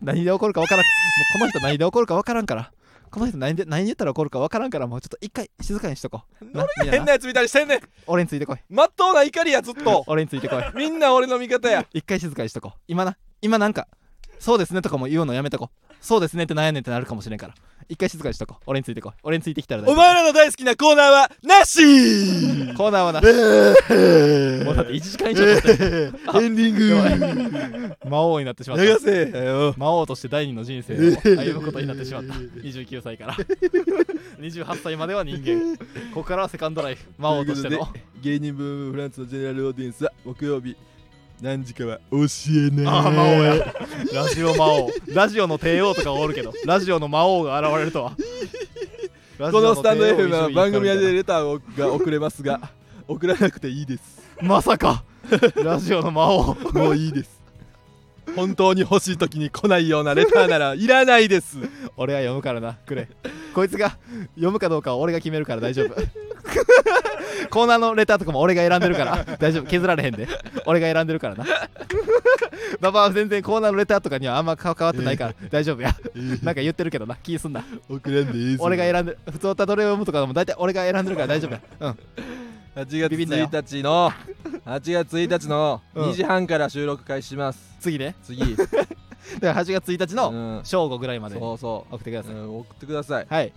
何で怒るか分からん。もうこの人何で怒るか分からんから。この人何で何言ったら怒るか分からんからもうちょっと一回静かにしとこう。なみんな変なやつみたいにしてんねん俺についてこい。まっとうな怒りやずっ と俺についてこい。みんな俺の味方や一回静かにしとこう。今な今なんかそうですねとかも言うのやめとこう。そうですねって悩んねんってなるかもしれんから。一回静かにしとこう。俺についてこい。俺についてきたら大丈お夫前らの大好きなコーナーはなしコーナーはなしもうだって1時間以上経ってるあエンディングやばい魔王になってしまった流せ魔王として第二の人生を歩むことになってしまった29歳 から28歳までは人間ここからはセカンドライフ魔王としてというのことで芸人ブームフランツのジェネラルオーディエンスは木曜日何時かは教えないああ魔王やラジオ魔王ラジオの帝王とかはおるけどラジオの魔王が現れるとはラジこオのスタンド帝王 FM は番組宛伊集て院レターをが送れますが送らなくていいです光まさかラジオの魔王もういいです本当に欲しい時に来ないようなレターならいらないです俺は読むからなくれこいつが読むかどうかは俺が決めるから大丈夫コーナーのレターとかも俺が選んでるから大丈夫削られへんで俺が選んでるからなババは全然コーナーのレターとかにはあんま変わってないから大丈夫やなんか言ってるけどな気すんな送らんでいいです俺が選んでる普通歌どれを読むとかでも大体俺が選んでるから大丈夫やうん8 月ビビんなよ1日の8月1日のうん2時半から収録開始します次ね次だから8月1日の正午ぐらいまでそう送そうってください送ってくださいはい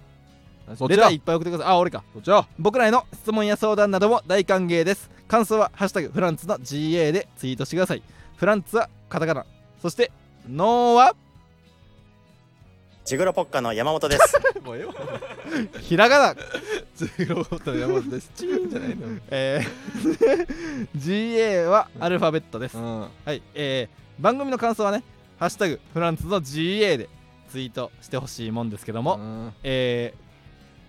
そっちレだターいっぱい送ってくださいあ俺かそっちだ僕らへの質問や相談なども大歓迎です感想は「ハッシュタグフランツの GA」でツイートしてくださいフランツはカタカナそしてノーはジグロポッカの山本です。もうええわひらがな ゼロボタン山本ですチーンじゃないの えー GA はアルファベットです、はいえー番組の感想はね「ハッシュタグフランツの GA」でツイートしてほしいもんですけども、えー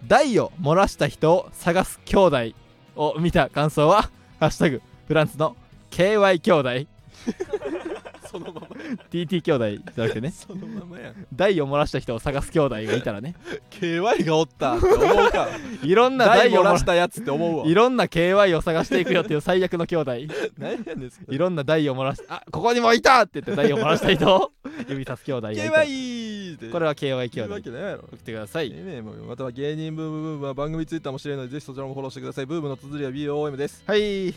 台を漏らした人を探す兄弟を見た感想は「ハッシュタグフランツの KY 兄弟」 そのまま TT 兄弟じゃなくてねそのまま やん台を漏らした人を探す兄弟がいたら ね KY がおったって思うか いろんな台台を漏らしたやつって思うわいろんな KY を探していくよっていう最悪の兄 弟何やねんそいろんな台を漏らしあここにもいたって言って台を漏らした人を指さす兄弟がいた KY でこれは KY 兄いるわ弟けないやろ送ってくださいねえもうまたは芸人ブームブームは番組ツイッターも知れるのでぜひそちらもフォローしてくださいブームの綴りは BOM ですはい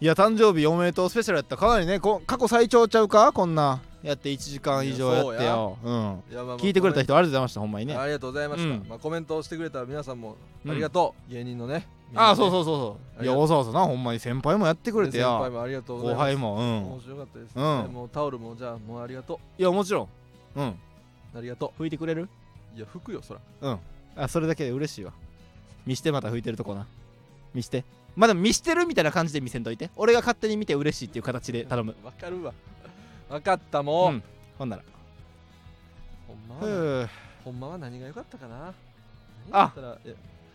いや誕生日おめでとうスペシャルやったかなりねこ過去最長ちゃうかこんなやって1時間以上やってよいやそううんいやまあまあ聞いてくれた人ありがとうございましたほんまにねありがとうございました、うんまあ、コメントをしてくれた皆さんもうんありがとう、芸人のねああそううそうそうそういやわざわざなほんまに先輩もやってくれてや先輩もありがとうござい後ます輩もうん面白かったです、うんもうタオルもじゃあもうありがといやもちろんうんうありがと拭いてくれるういや服よそらうんあそれだけで嬉しいわ見してまた拭いてるとこな見してまあでも見してるみたいな感じで見せんといて俺が勝手に見て嬉しいっていう形で頼むわかるわわかったもう、うんほんならほんふまはうほんまは何が良かったかなあ何だったらえ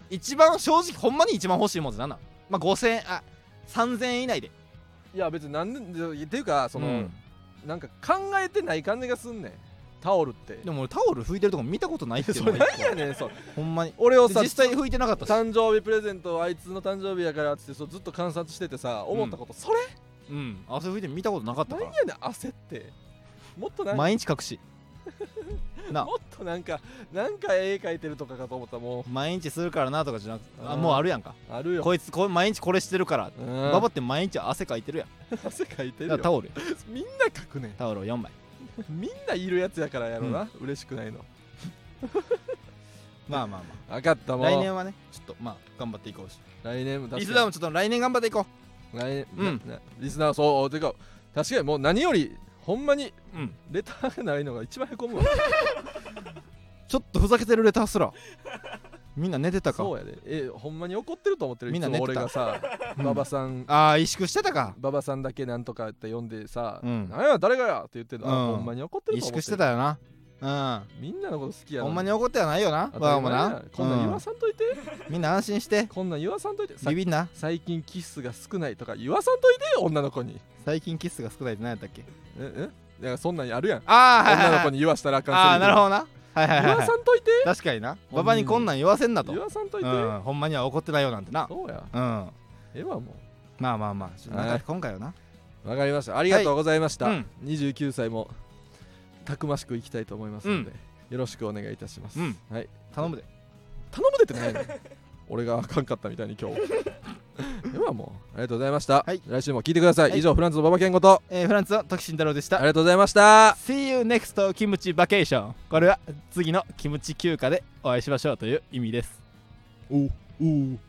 一番正直ほんまに一番欲しいもんってなんなんまあ5000円あ3000円以内でいや別になんでいやっていうかその、うんなんか考えてない感じがすんねんタオルってでも俺タオル拭いてるとこ見たことないってそれ 何やねんそうほんまに俺をさで実際拭いてなかったし誕生日プレゼントあいつの誕生日やからっつってそうずっと観察しててさ思ったこと、それうん汗拭いて見たことなかった何かやらねん焦ってもっとなんか毎日隠しなもっとなんかなんか絵描いてるとかかと思ったも毎日するからなとかじゃなくてあうんもうあるやんかうあるよこいつこ毎日これしてるからんババって毎日汗かいてるやん汗かいてるだかよらタオルみんな描くねんタオルを4枚みんないるやつやからやろな、嬉しくないのまあまあまあ分かったもう来年はねちょっとまあ頑張っていこうし来年も確かにリスナーもちょっと来年頑張っていこ来う年んななリスナーそうてか確かにもう何よりほんまにうんレターがないのが一番へ こむわちょっとふざけてるレターす らみんな寝てたかそうやでえほんまに怒ってると思ってるみんなね寝て俺たがさうん馬場さんああ萎縮してたか馬場さんだけなんとかって呼んでさ「うんなんや誰がや!」って言ってんの、あうんほんまに怒ってる萎と思縮ってるしてたよなみんなのこと好きうんやほんまに怒怒ってはないよなってまあまあなこんなん言わさんといて、うんみんな安心してこんなん言わさんといてさビビんな最近キスが少ないとか言わさんといて女の子に最近キスが少ないって何やったっけええだからそんなんやるやんあーはいはいはい女の子に言わしたらあかんああーなるほどななはいはいはいはい言わさんといて確かにな馬場にこんなん言わせんなと言わさんといてうんほんまには怒ってないよなんてなそうやうんええわもまあまあまあちょっとなんかはい今回はなうわかりましたありがとうございました、はいうん29歳もたくましくいきたいと思いますので、よろしくお願いいたします、うんはい頼むで頼むでってないの俺があかんかったみたいに今日 ではもうありがとうございました、来週も聞いてください、はい以上フランスの馬場健吾とえーフランスの徳慎太郎でしたありがとうございました See you next キムチバケーションこれは次のキムチ休暇でお会いしましょうという意味ですおお